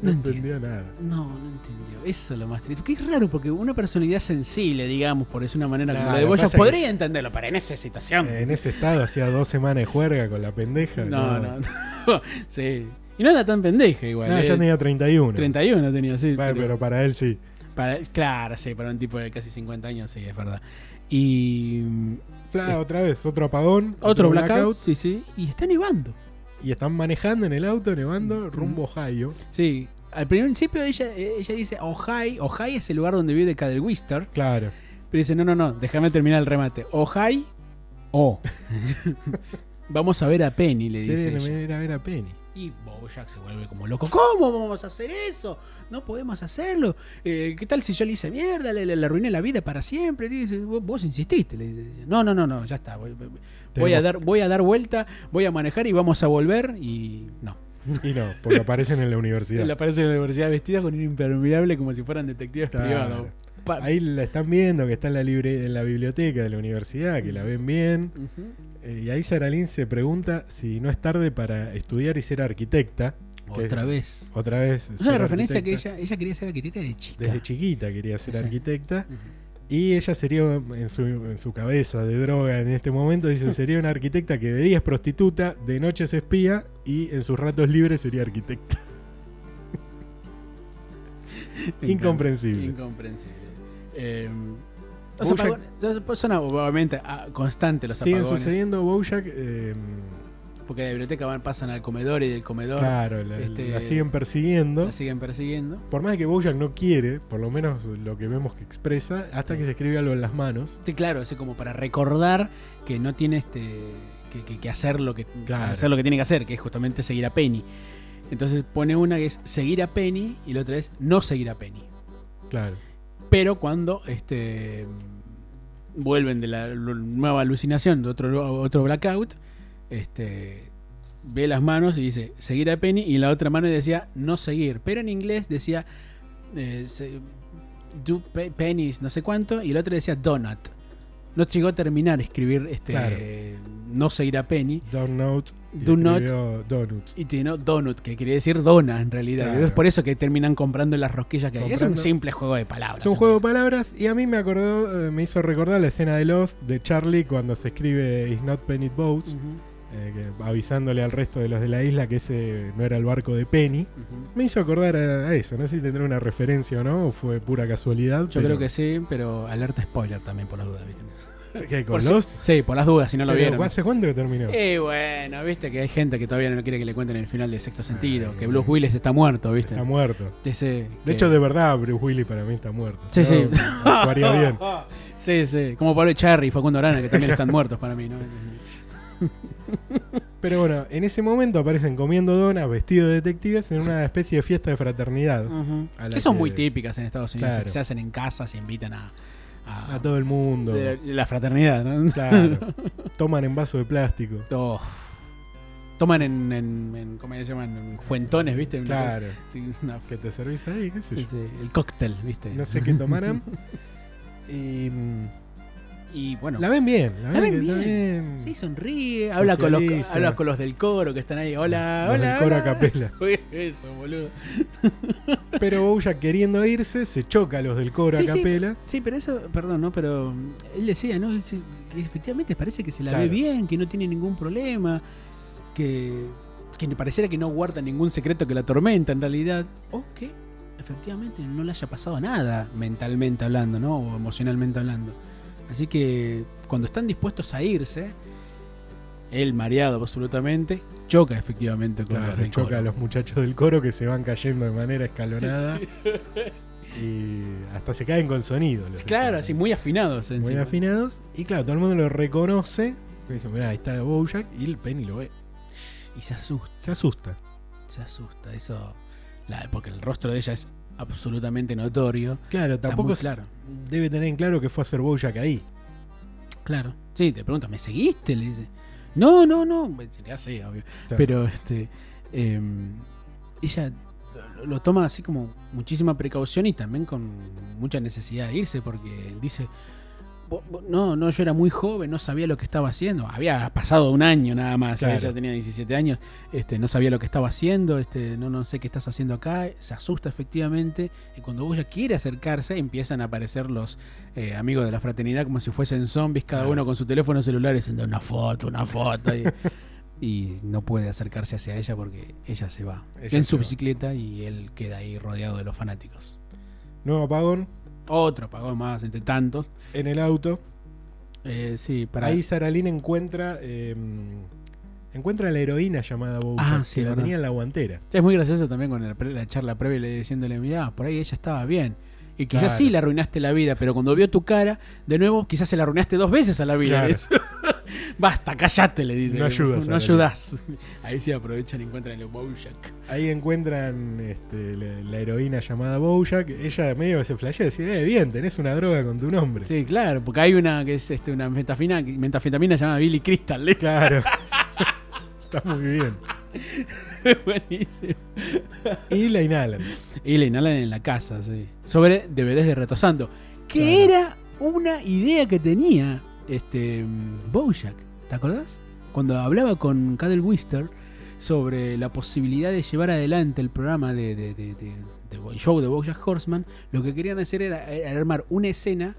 S1: No
S2: No entiendo.
S1: entendió nada.
S2: No, no entendió. Eso es lo más triste. Que es raro porque una personalidad sensible, digamos, por decir una manera como
S1: Nah,
S2: la de
S1: lo que
S2: Boya,
S1: pasa es Eh,
S2: podría entenderlo, pero en esa situación.
S1: En ese estado hacía dos semanas de juerga con la pendeja.
S2: no, [LAUGHS] no. no. sí. Y no era tan pendeja igual.
S1: No,
S2: eh,
S1: yo tenía 31.
S2: 31 tenía, sí.
S1: Bueno,
S2: pero-
S1: pero para él sí.
S2: para- claro, sí, para un tipo de casi 50 años, sí, es verdad. Y mm,
S1: Fla, otra vez, otro apagón.
S2: otro blackout, sí, sí. Y está nevando.
S1: Y están manejando en el auto, nevando,
S2: Mm.
S1: rumbo a Ohio.
S2: Sí. Al principio ella, ella dice Ojai. Ojai es el lugar donde vive Cadel Wister.
S1: Claro.
S2: Pero dice, no, no, no, déjame terminar el remate. Ojai o. Vamos a ver a Penny, le Oh, dice.
S1: Quieren
S2: ella.
S1: venir a ver a Penny.
S2: Y Bojack se vuelve como loco. ¿Cómo vamos a hacer eso? No podemos hacerlo. Eh, ¿Qué tal si yo le hice mierda? Le, le- le arruiné la vida para siempre. Le dice, vos, vos insististe. Le dice, ella. no, no, no, no, ya está. Voy, voy- voy a
S1: Tenemos-
S2: dar, voy a dar vuelta, voy a manejar y vamos a volver. Y no.
S1: Y no, porque aparecen en la universidad.
S2: Le aparece en la universidad vestida con un impermeable como si fueran detectives
S1: Claro.
S2: privados. Pa-
S1: Ahí la están viendo, que está en la, libre, en la biblioteca de la universidad,
S2: Mm.
S1: que la ven bien.
S2: Ujú.
S1: Eh, y ahí Saralín se pregunta si no es tarde para estudiar y ser arquitecta. que
S2: Otra vez.
S1: Otra vez.
S2: Es una
S1: ser
S2: referencia que
S1: arquitecta.
S2: ella, ella quería ser arquitecta de chica.
S1: Desde chiquita quería ser
S2: Sí.
S1: arquitecta.
S2: Ujú.
S1: Y ella sería, en su, en su cabeza de droga en este momento,
S2: [LAUGHS]
S1: dice, sería una arquitecta que de día es prostituta, de noche es espía y en sus ratos libres sería arquitecta.
S2: Me encanta.
S1: Incomprensible.
S2: Incomprensible. Eh, los
S1: Bojack-
S2: apagones- pues son obviamente ah, constantes los
S1: Siguen
S2: apagones.
S1: sucediendo, Bojack, eh,
S2: Porque de la biblioteca van, pasan al comedor y del comedor
S1: claro, la,
S2: este,
S1: la siguen persiguiendo.
S2: la siguen persiguiendo.
S1: Por más de que Bojack no quiere, por lo menos lo que vemos que expresa, hasta
S2: Sí.
S1: que se escribe algo en las manos.
S2: Sí, claro, así como para recordar que no tiene este que, que- que hacer lo que
S1: Claro.
S2: hacer lo que tiene que hacer, que es justamente seguir a Penny. Entonces pone una que es seguir a Penny y la otra es no seguir a Penny.
S1: Claro.
S2: Pero cuando este vuelven de la lu- nueva alucinación, de otro, otro blackout, este ve las manos y dice seguir a Penny y la otra mano decía no seguir, pero en inglés decía eh, se- do pe- pennies no sé cuánto y la otra decía donut. No llegó a terminar escribir este
S1: Claro.
S2: no seguir a Penny
S1: Donut. y
S2: Do not-
S1: escribió Donuts.
S2: y tiene donut que quiere decir dona en realidad.
S1: Claro.
S2: Es por eso que terminan comprando las rosquillas que hay. Es un
S1: Comprando-
S2: simple juego de palabras.
S1: Es un
S2: en
S1: juego de palabras y a mí me acordó, eh, me hizo recordar la escena de Lost de Charlie cuando se escribe Is not Penny Boats,
S2: realidad. Ujú.
S1: eh, que- avisándole al resto de los de la isla que ese no era el barco de Penny.
S2: Ujú.
S1: Me hizo acordar a, a eso, no sé si tendrá una referencia o no, o fue pura casualidad.
S2: Yo creo que sí, pero alerta spoiler también por las dudas, ¿viste?
S1: sí. ¿Qué, con
S2: Por si-
S1: Lost?
S2: Sí, por las dudas, si no lo
S1: Pero,
S2: vieron.
S1: ¿Hace cuándo que terminó?
S2: Eh, bueno, viste que hay gente que todavía no quiere que le cuenten el final de Sexto Sentido,
S1: Ay,
S2: que Bruce Willis está muerto, viste.
S1: Está muerto.
S2: Ese que-
S1: De hecho, de verdad, Bruce Willis para mí está muerto.
S2: Sí,
S1: Si no,
S2: sí.
S1: Actuaría bien.
S2: Sí, sí, como Pablo Echarri y Facundo Arana, que también están muertos
S1: [LAUGHS]
S2: para mí, ¿no?
S1: Pero bueno, en ese momento aparecen comiendo donas, vestidos de detectives, en una especie de fiesta de fraternidad.
S2: Ujú.
S1: A la
S2: Que son
S1: que-
S2: muy típicas en Estados Unidos,
S1: Claro.
S2: que se hacen en casas y invitan a, a-
S1: A todo el mundo.
S2: de la, de la fraternidad, ¿no? [LAUGHS]
S1: Claro. Toman en vaso de plástico.
S2: Oh. Toman en, en- en- ¿cómo se llaman? En fuentones, viste. Una-
S1: Claro.
S2: sí, una
S1: Que te servís ahí, qué sé
S2: Sí,
S1: yo.
S2: sí, el cóctel, ¿viste?
S1: No sé qué
S2: [LAUGHS]
S1: tomarán. Y mm,
S2: Y bueno,
S1: la ven bien, la ven,
S2: La ven
S1: que está
S2: bien.
S1: bien.
S2: sí, sonríe, habla con, los,
S1: Socializa.
S2: habla con los del coro que están ahí. Hola,
S1: Los
S2: hola.
S1: del coro
S2: hola.
S1: a
S2: [LAUGHS]
S1: capela.
S2: Uy, Eso, boludo.
S1: Pero Bojack queriendo irse, se choca a los del coro
S2: Sí,
S1: a
S2: sí.
S1: capela.
S2: Sí, pero eso, perdón, ¿no? Pero mm, él decía, ¿no? Es que, que efectivamente parece que se la ve
S1: Claro.
S2: bien, que no tiene ningún problema, que, que pareciera que no guarda ningún secreto que la atormenta en realidad. O que efectivamente no le haya pasado nada mentalmente hablando, ¿no? O emocionalmente hablando. Así que cuando están dispuestos a irse, él mareado absolutamente, choca efectivamente con
S1: Claro,
S2: los del
S1: choca
S2: coro.
S1: a
S2: [LAUGHS]
S1: los muchachos del coro que se van cayendo de manera escalonada. Y hasta se caen con sonido. los del
S2: Claro,
S1: coro.
S2: así muy afinados
S1: Muy
S2: encima.
S1: afinados. Y claro, todo el mundo lo reconoce. Y Dice, mirá, ahí está Bojack. Y el Penny lo ve.
S2: Y se asusta.
S1: Se asusta.
S2: se asusta. Eso. la- porque el rostro de ella es absolutamente notorio.
S1: Claro, tampoco
S2: muy
S1: es-
S2: claro.
S1: debe tener en claro que fue a hacer Bojack ahí.
S2: Claro. Sí, te pregunta, ¿me seguiste? Le dice. No, no, no. Se le hace, obvio.
S1: Claro.
S2: Pero este. eh, ella lo, lo toma así como muchísima precaución y también con mucha necesidad de irse. Porque dice. "Vo- vo- No, no, yo era muy joven, no sabía lo que estaba haciendo. Había pasado un año nada más,
S1: Claro.
S2: ella tenía 17 años, este, no sabía lo que estaba haciendo, este, no, no sé qué estás haciendo acá, se asusta efectivamente, y cuando Boya quiere acercarse, empiezan a aparecer los eh, amigos de la fraternidad como si fuesen zombies, cada
S1: Claro.
S2: uno con su teléfono celular diciendo una foto, una foto. y- y no puede acercarse hacia ella porque ella se va
S1: Ella
S2: en
S1: se
S2: su
S1: va.
S2: bicicleta y él queda ahí rodeado de los fanáticos.
S1: Nuevo apagón
S2: Otro apagón más entre tantos.
S1: en el auto.
S2: Eh, sí, para
S1: Ahí Sarah Lynn encuentra. eh, encuentra a la heroína llamada Bowser.
S2: Ah, sí,
S1: que la
S2: verdad.
S1: tenía en la guantera.
S2: Es muy gracioso también con el pre- la charla previa le- diciéndole, mirá, por ahí ella estaba bien. Y quizás
S1: Claro.
S2: sí le arruinaste la vida, pero cuando vio tu cara, de nuevo, quizás se la arruinaste dos veces a la vida.
S1: Claro.
S2: [LAUGHS] Basta, callate, le dice.
S1: No ayudas a
S2: No
S1: la
S2: ayudás. [LAUGHS] Ahí sí aprovechan y encuentran el Bojack.
S1: Ahí encuentran este, la, la heroína llamada Bojack. Ella medio se flashea y dice: eh, bien, tenés una droga con tu nombre.
S2: Sí, claro, porque hay una que es este, una metafina, metafetamina llamada Billy Crystal. le dice.
S1: Claro. [LAUGHS] Está muy bien.
S2: [LAUGHS] Buenísimo.
S1: Y la inhalan.
S2: Y la inhalan en la casa, sí. Sobre DVDs de Reto Santo. Que era una idea que tenía este mm, Bojack. ¿Te acordás? Cuando hablaba con Cadel Wister sobre la posibilidad de llevar adelante el programa de, de, de- de- de Bo- show de Bojack Horseman, lo que querían hacer era, era armar una escena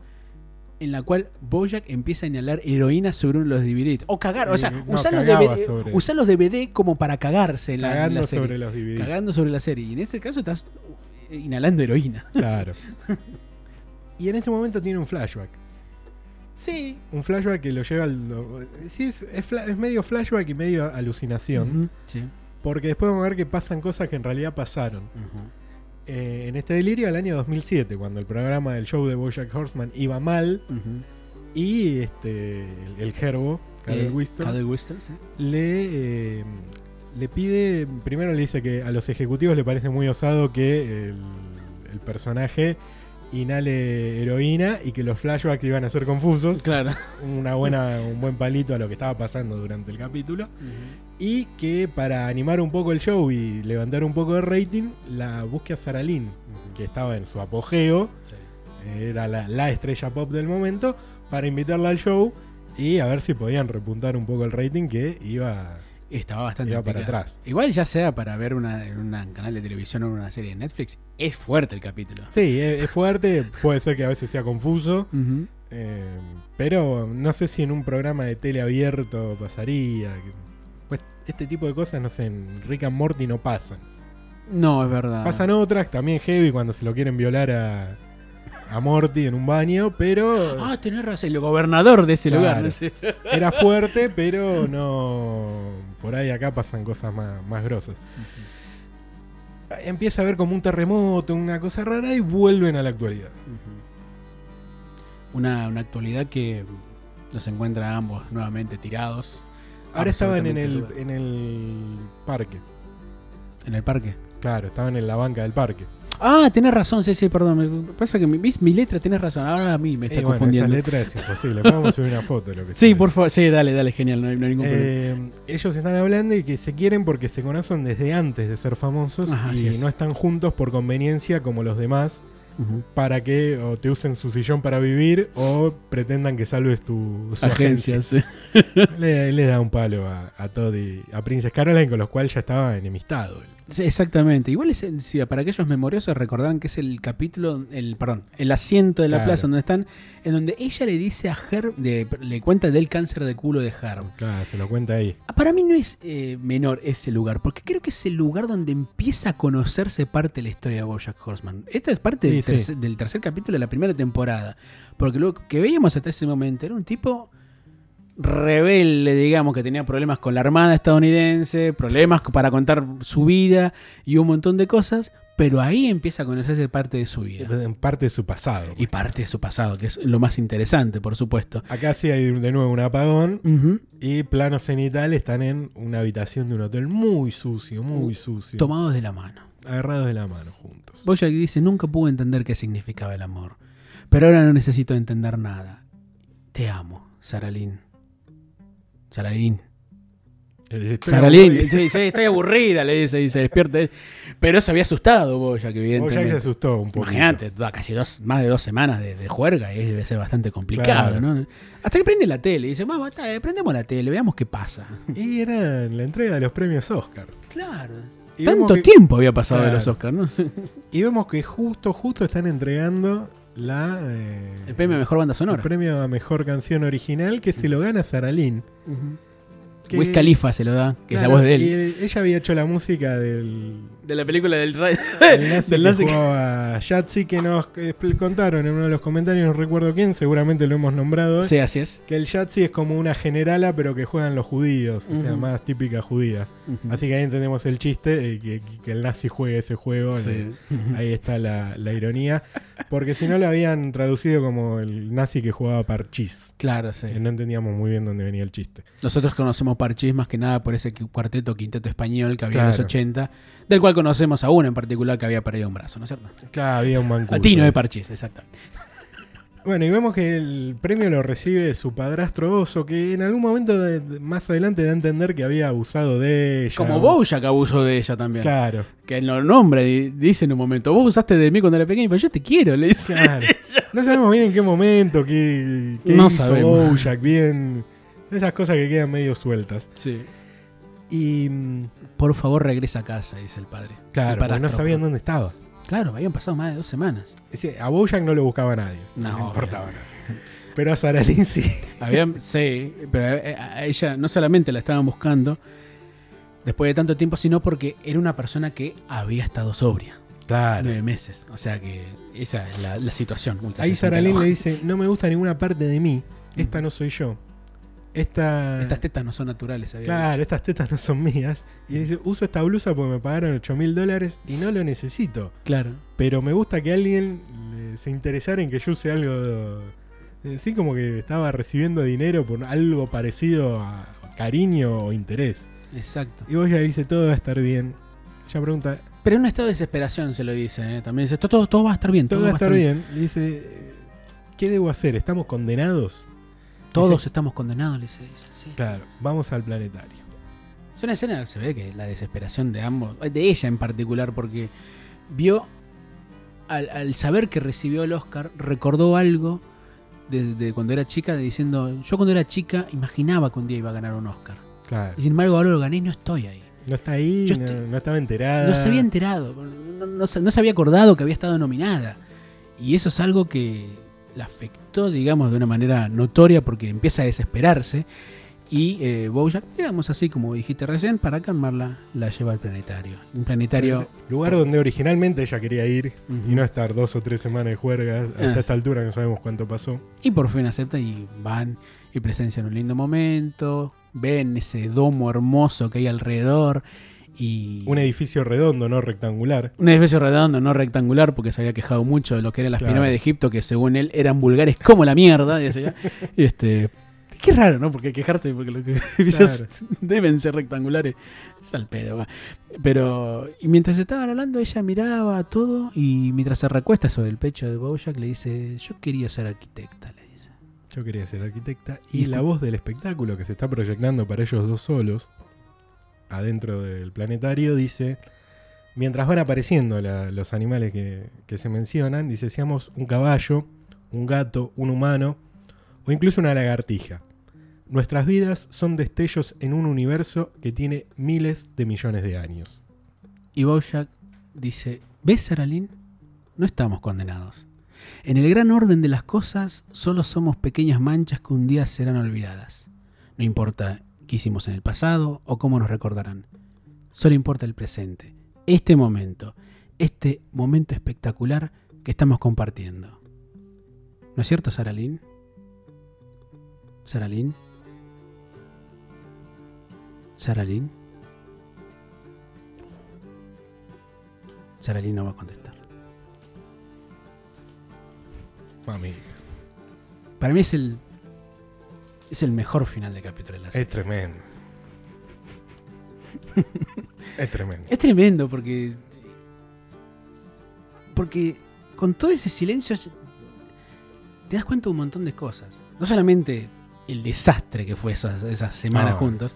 S2: en la cual Bojack empieza a inhalar heroína sobre uno de los DVDs. O cagar, o sea,
S1: Eh, No,
S2: usar, los
S1: cagaba
S2: DVD,
S1: sobre-
S2: usar los DVD como para cagarse en la, en la
S1: Cagando
S2: serie
S1: sobre los divididos.
S2: cagando sobre la serie. Y en este caso estás eh, inhalando heroína. [LAUGHS]
S1: Claro. Y en este momento tiene un flashback.
S2: Sí.
S1: Un flashback que lo lleva al. lo- Sí, es, es fla- es medio flashback y medio alucinación.
S2: Sí.
S1: Porque después vamos a ver que pasan cosas que en realidad pasaron. Eh, en este delirio del año 2007, cuando el programa del show de Bojack Horseman iba mal y este el, el gerbo, Carl
S2: Eh,
S1: Wister,
S2: Cadel Wister,
S1: [LAUGHS]
S2: sí.
S1: le, eh, le pide. Primero le dice que a los ejecutivos le parece muy osado que el, el personaje inhale heroína y que los flashbacks iban a ser confusos.
S2: Claro.
S1: Una buena, un buen palito a lo que estaba pasando durante el capítulo. Y que para animar un poco el show y levantar un poco de rating, la busque a Sarah Lynn, que estaba en su apogeo,
S2: Sí.
S1: era la, la estrella pop del momento, para invitarla al show y a ver si podían repuntar un poco el rating que iba...
S2: Estaba bastante.
S1: Iba para
S2: picada.
S1: atrás.
S2: Igual ya sea para ver una, en un canal de televisión o en una serie de Netflix, es fuerte el capítulo.
S1: Sí, e-, es, es fuerte, puede ser que a veces sea confuso,
S2: Ujú.
S1: eh, pero no sé si en un programa de tele abierto pasaría. Pues este tipo de cosas, no sé, en Rick and Morty no pasan.
S2: No, es verdad.
S1: Pasan otras, también heavy cuando se lo quieren violar a, a Morty en un baño, pero
S2: Ah, tenés razón, el gobernador de ese
S1: Claro. [LAUGHS]
S2: lugar. ¿no? Sí.
S1: era fuerte, pero no... Por ahí acá pasan cosas más, más grosas. Empieza a ver como un terremoto, una cosa rara y vuelven a la actualidad.
S2: Ujú. Una, una actualidad que nos encuentra a ambos nuevamente tirados
S1: Ahora estaban en el,
S2: Ah, Absolutamente
S1: en el parque.
S2: en el parque.
S1: Claro, estaban en la banca del parque.
S2: Ah, tenés razón, sí, sí, perdón. Me pasa que mi, vis- mi letra, tenés razón. Ahora a mí me está
S1: Y bueno, esa
S2: confundiendo.
S1: letra es imposible. Podemos subir una foto. Lo que
S2: sí,
S1: sea.
S2: por favor. Sí, dale, dale, genial. No hay, no hay ningún problema.
S1: Eh, ellos están hablando y que se quieren porque se conocen desde antes de ser famosos
S2: Ajá, así
S1: y
S2: es.
S1: no están juntos por conveniencia como los demás
S2: Ujú.
S1: para que o te usen su sillón para vivir o pretendan que salves tu su agencia.
S2: [LAUGHS] Agencias, sí.
S1: Le, le da un palo a, a Todd y a Princess Caroline, con los cuales ya estaba enemistado.
S2: Sí, Exactamente. Igual es sí, para aquellos memoriosos recordarán que es el capítulo, el perdón, el asiento de la
S1: Claro.
S2: plaza donde están, en donde ella le dice a Herb, de- le cuenta del cáncer de culo de Herb.
S1: Claro, se lo cuenta ahí.
S2: Ah, Para mí no es eh, menor ese lugar, porque creo que es el lugar donde empieza a conocerse parte de la historia de Bojack Horseman. Esta es parte del,
S1: Sí,
S2: tercer, del tercer capítulo de la primera temporada, porque lo que veíamos hasta ese momento era un tipo rebelde, digamos, que tenía problemas con la Armada estadounidense, problemas para contar su vida y un montón de cosas, pero ahí empieza a conocerse parte de su vida
S1: En parte de su pasado.
S2: y parte de su pasado, que es lo más interesante, por supuesto.
S1: Acá sí hay de nuevo un apagón
S2: Ujú.
S1: y plano cenital están en una habitación de un hotel muy sucio, muy sucio.
S2: Tomados de la mano.
S1: Agarrados de la mano juntos.
S2: Bojack dice, nunca pude entender qué significaba el amor, pero ahora no necesito entender nada. Te amo, Saralín. Saralín. Saralín. Sí, sí, estoy aburrida, le dice, y se despierta. Pero se había asustado Bojack,
S1: O ya se
S2: evidentemente.
S1: asustó un poco.
S2: Imagínate, da casi dos, más de dos semanas de, de juerga, y debe ser bastante complicado,
S1: Claro.
S2: ¿no? Hasta que prende la tele, y dice, vamos, está, eh, prendemos la tele, veamos qué pasa.
S1: Y era en la entrega de los premios Oscars.
S2: Claro.
S1: Y vemos
S2: Tanto
S1: que-
S2: tiempo había pasado de
S1: Claro.
S2: los Oscars, ¿no? Sí.
S1: Y vemos que justo, justo están entregando la. eh,
S2: El premio a Mejor Banda
S1: el
S2: Sonora.
S1: premio a mejor canción original que se lo gana Saralín.
S2: Ujú.
S1: que-
S2: Mm. Wiz Khalifa se lo da, que es la
S1: claro,
S2: voz de él.
S1: y él- ella había hecho la música
S2: [LAUGHS]
S1: del,
S2: De la película del Ra-
S1: del nazi
S2: del
S1: que
S2: nazi que-
S1: jugaba Yahtzee, que nos eh, expl- contaron en uno de los comentarios, no recuerdo quién, seguramente lo hemos nombrado.
S2: [LAUGHS] Sí, así es.
S1: Que el Yahtzee es como una generala, pero que juegan los judíos, o sea,
S2: Ujú.
S1: más típica judía. Así que ahí entendemos el chiste, eh, que, que el nazi juegue ese juego.
S2: Sí.
S1: le- Ahí está la, la ironía. Porque si no lo habían traducido como el nazi que jugaba parchís.
S2: Claro, sí.
S1: Eh, No entendíamos muy bien dónde venía el chiste.
S2: Nosotros conocemos Parchís más que nada por ese cu- cuarteto, quinteto español que había en los
S1: Claro.
S2: 80, del cual conocemos a uno en particular que había perdido un brazo, ¿no es cierto?
S1: Claro, había un mancuso.
S2: A Tino de Parchís, exacto.
S1: Bueno, y vemos que el premio lo recibe su padrastro oso, que en algún momento de- de- más adelante da a entender que había abusado de ella.
S2: Como Bojack abusó de ella también.
S1: Claro,
S2: Que lo nombra y dice en un momento, vos usaste de mí cuando era pequeño, pero yo te quiero, le dice. [LAUGHS]
S1: claro. No sabemos bien en qué momento, qué, qué
S2: No
S1: hizo
S2: sabemos.
S1: Bojack, bien. Esas cosas que quedan medio sueltas.
S2: Sí.
S1: Y mm,
S2: Por favor regresa a casa, dice el padre.
S1: claro,
S2: El
S1: porque no
S2: padrastro.
S1: sabían dónde estaba.
S2: Claro, habían pasado más de dos semanas.
S1: Es decir, a Bojack no lo buscaba nadie.
S2: No,
S1: No,
S2: obvio.
S1: importaba nada. Pero a Saralín sí.
S2: Habían, sí, pero eh, a- a ella no solamente la estaban buscando después de tanto tiempo, sino porque era una persona que había estado sobria.
S1: Claro.
S2: Nueve meses. O sea que esa es la, la situación. Uy, casi
S1: Ahí
S2: se me
S1: Saralín
S2: caló.
S1: le dice, no me gusta ninguna parte de mí. Esta no soy yo. Esta...
S2: Estas tetas no son naturales, había
S1: Claro, estas tetas no son mías. Y dice, uso esta blusa porque me pagaron 8 mil dólares y no lo necesito.
S2: dicho. Claro.
S1: Pero me gusta que alguien eh, se interesara en que yo use algo... eh, Sí, como que estaba recibiendo dinero por algo parecido a cariño o interés.
S2: Exacto.
S1: Y vos ya dice, todo va a estar bien. Ella pregunta,
S2: Pero en un estado de desesperación se lo dice, ¿eh? También dice, "Esto- todo, todo va a estar bien.
S1: todo va a estar bien. Y dice, ¿qué debo hacer? ¿Estamos condenados?
S2: Todos
S1: Dice-
S2: estamos condenados, le dice ella, sí.
S1: Claro, vamos al planetario.
S2: Es una escena, se ve que la desesperación de ambos, de ella en particular, porque vio, al, al saber que recibió el Oscar, recordó algo desde cuando era chica, diciendo, yo cuando era chica imaginaba que un día iba a ganar un Oscar.
S1: Claro.
S2: Y sin embargo ahora lo gané y no estoy ahí.
S1: No está ahí,
S2: Yo
S1: no,
S2: estoy-
S1: no estaba enterada.
S2: No se había enterado, no, no se- no se había acordado que había estado nominada. Y eso es algo que la afectó, digamos, de una manera notoria porque empieza a desesperarse. Y eh, Bojack, digamos así como dijiste recién, para calmarla, la lleva al planetario. Un planetario...
S1: Lugar donde originalmente ella quería ir
S2: Ujú.
S1: y no estar dos o tres semanas de juerga. Hasta
S2: Ah.
S1: esa altura no sabemos cuánto pasó.
S2: Y por fin acepta y van y presencian un lindo momento. Ven ese domo hermoso que hay alrededor. Y...
S1: Un edificio redondo, no rectangular.
S2: Un edificio redondo, no rectangular, porque se había quejado mucho de lo que eran las
S1: Claro.
S2: pirámides de Egipto, que según él eran vulgares como la mierda. decía. Y este, qué raro, ¿no? Porque quejarte, porque los [LAUGHS] edificios deben ser rectangulares. Es al pedo, va. Pero, y mientras estaban hablando, ella miraba todo y mientras se recuesta sobre el pecho de Bojack, le dice: Yo quería ser arquitecta, le dice.
S1: Yo quería ser arquitecta. Y
S2: Y-
S1: la voz del espectáculo que se está proyectando para ellos dos solos, adentro del planetario, dice: Mientras van apareciendo la- los animales que, que se mencionan, dice: Seamos un caballo, un gato, un humano o incluso una lagartija. Nuestras vidas son destellos en un universo que tiene miles de millones de años.
S2: Y Bojack dice, ¿ves, Saralín? No estamos condenados. En el gran orden de las cosas, solo somos pequeñas manchas que un día serán olvidadas. No importa qué hicimos en el pasado o cómo nos recordarán. Solo importa el presente, este momento, este momento espectacular que estamos compartiendo. ¿No es cierto, Saralín? Saralín. Saralín. Saralín no va a contestar.
S1: Mami,
S2: Para mí es el. Es el mejor final de capítulo de la serie.
S1: es [LAUGHS] tremendo. es tremendo.
S2: Es tremendo porque. Porque con todo ese silencio se- te das cuenta de un montón de cosas. No solamente el desastre que fue esas, esas semanas
S1: No.
S2: juntos.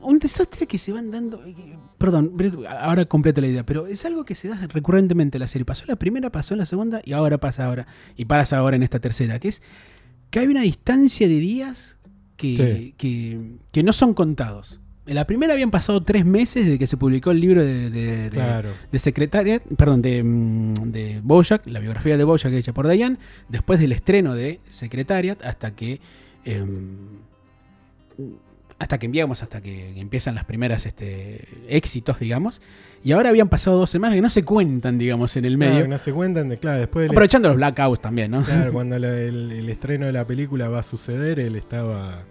S2: Un desastre que se van dando. eh, Perdón, pero ahora completo la idea, pero es algo que se da recurrentemente en la serie. Pasó en la primera, pasó en la segunda y ahora pasa ahora. Y pasa ahora en esta tercera, que es que hay una distancia de días que,
S1: Sí.
S2: que, que no son contados. En la primera habían pasado tres meses desde que se publicó el libro de, de, de-
S1: Claro.
S2: de secretaria, perdón, de, mm, de Bojack, la biografía de Bojack hecha por Dayan, después del estreno de Secretariat hasta que eh, em, hasta que enviamos, hasta que empiezan las primeras este, éxitos, digamos. Y ahora habían pasado dos semanas que no se cuentan, digamos, en el
S1: Claro,
S2: medio.
S1: que no se cuentan, de, claro, después del
S2: Aprovechando los blackouts también, ¿no?
S1: Claro, cuando la- el, el estreno de la película va a suceder, él estaba.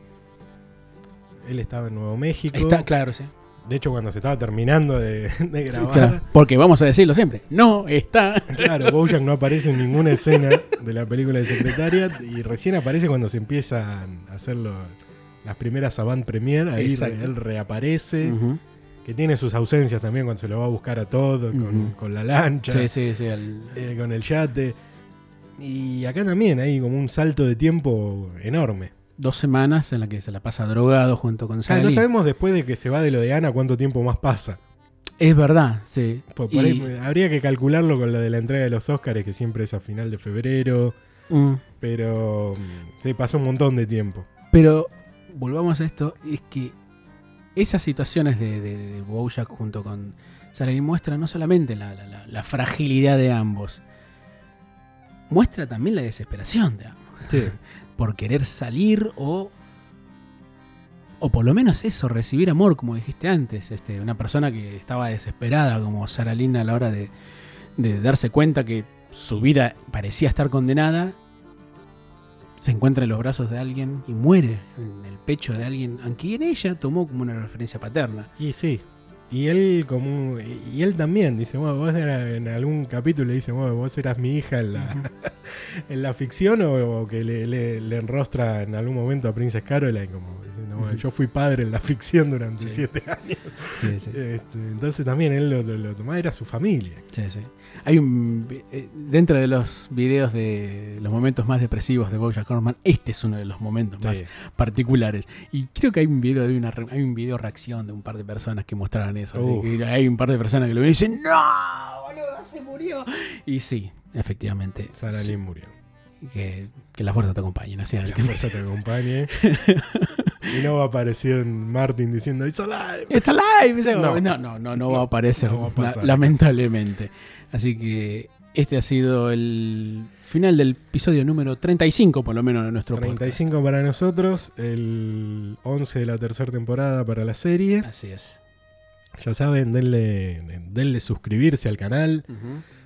S1: Él estaba en Nuevo México.
S2: Está, claro, sí.
S1: De hecho, cuando se estaba terminando de, de
S2: Sí,
S1: grabar.
S2: claro. Porque vamos a decirlo siempre, no está.
S1: Claro, Bojack no aparece en ninguna escena de la película de Secretariat y recién aparece cuando se empiezan a hacer lo- las primeras avant premier, ahí
S2: Exacto.
S1: re- él reaparece,
S2: Ujú.
S1: que tiene sus ausencias también cuando se lo va a buscar a todo, con,
S2: Ujú.
S1: con la lancha,
S2: Sí, sí, sí. al-
S1: eh, con el yate. Y acá también hay como un salto de tiempo enorme.
S2: Dos semanas en la que se la pasa drogado junto con
S1: O sea, Ah, no
S2: Sally.
S1: sabemos después de que se va de lo de Ana cuánto tiempo más pasa.
S2: es verdad, sí.
S1: Por- por
S2: Y-
S1: ahí habría que calcularlo con lo de la entrega de los Óscares, que siempre es a final de febrero.
S2: Mm.
S1: Pero mm, se pasó un montón de tiempo.
S2: Pero volvamos a esto, es que esas situaciones de, de, de Bojack junto con Sally muestra no solamente la, la- la- la fragilidad de ambos, muestra también la desesperación de ambos
S1: Sí.
S2: por querer salir o o por lo menos eso, recibir amor, como dijiste antes, este, una persona que estaba desesperada como Sara Lynn a la hora de, de darse cuenta que su vida parecía estar condenada, se encuentra en los brazos de alguien y muere en el pecho de alguien, aunque en ella tomó como una referencia paterna.
S1: [LAUGHS] Y sí. Y él como y él también dice, bueno, vos era- en algún capítulo le dice, bueno, vos eras mi hija en la, [LAUGHS] en la ficción o, o que le, le- le enrostra en algún momento a Princess Caroline como diciendo, bueno,
S2: Ujú.
S1: yo fui padre en la ficción durante
S2: Sí.
S1: siete años.
S2: Sí, sí.
S1: Este, entonces también él lo, lo- lo tomaba, era su familia.
S2: Sí, sí. Hay un. vi- eh, Dentro de los videos de los momentos más depresivos de Bojack Horseman, este es uno de los momentos más
S1: Sí.
S2: particulares. Y creo que hay un video de una re- hay un video reacción de un par de personas que mostraron eso.
S1: Uf.
S2: de que hay un par de personas que lo ven y dicen, ¡No! ¡Boludo, se murió! Y sí, efectivamente.
S1: Sarah
S2: sí,
S1: Lynn murió.
S2: que, que la fuerza te acompañe, ¿no es
S1: [LAUGHS] Que la
S2: cierto?
S1: fuerza te [LAUGHS] acompañe. y no va a aparecer Martin diciendo, It's alive.
S2: [LAUGHS] ¡It's alive! Ese-
S1: No.
S2: No, no, no, no, va a aparecer,
S1: No va a pasar.
S2: la- lamentablemente. Así que este ha sido el final del episodio número 35, por lo menos, de nuestro podcast.
S1: 35 para nosotros, el 11 de la tercera temporada para la serie.
S2: Así es.
S1: Ya saben, denle, denle suscribirse al canal,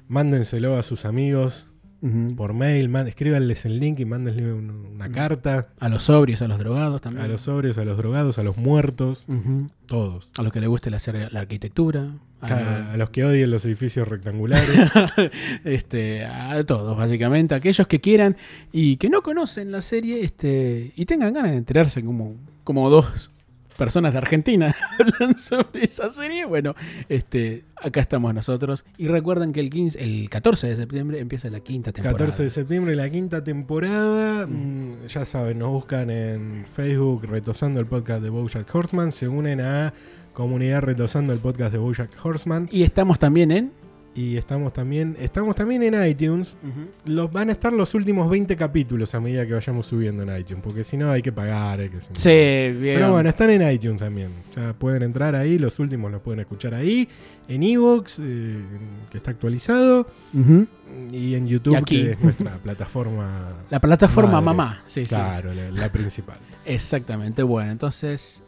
S1: mándenselo a sus amigos
S2: Ujú.
S1: por mail, man- escríbanles el link y mándenle un- una carta
S2: A los sobrios, a los drogados también.
S1: a los sobrios, a los drogados, a los muertos,
S2: Ujú.
S1: todos.
S2: A los que les guste la, ser- la arquitectura.
S1: Ah,
S2: A,
S1: A, a los que odien los edificios rectangulares.
S2: [LAUGHS] este, a todos, básicamente. Aquellos que quieran y que no conocen la serie este, y tengan ganas de enterarse como, como dos personas de Argentina [LAUGHS] hablan sobre esa serie. Bueno, este, acá estamos nosotros. Y recuerden que el, 15, el 14 de septiembre empieza la quinta temporada.
S1: 14 de septiembre, la quinta temporada.
S2: Mm.
S1: Mm, Ya saben, nos buscan en Facebook retosando el podcast de Bojack Horseman. Se unen a comunidad retosando el podcast de Bojack Horseman.
S2: Y estamos también en...
S1: Y estamos también, estamos también en iTunes. Los, van a estar los últimos 20 capítulos a medida que vayamos subiendo en iTunes, porque si no hay que pagar. hay que-
S2: Sí, bien.
S1: Pero bueno, están en iTunes también. O sea, pueden entrar ahí, los últimos los pueden escuchar ahí, en Evox, que está actualizado,
S2: Ujú.
S1: y en YouTube,
S2: Y aquí.
S1: que es nuestra [LAUGHS] plataforma.
S2: La plataforma
S1: Madre.
S2: mamá. Sí, sí.
S1: claro, la, la principal.
S2: Exactamente. Bueno, entonces...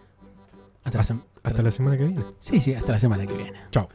S2: Hasta la, sem-
S1: Hasta la semana que viene.
S2: Sí, sí, hasta la semana que viene.
S1: Chao.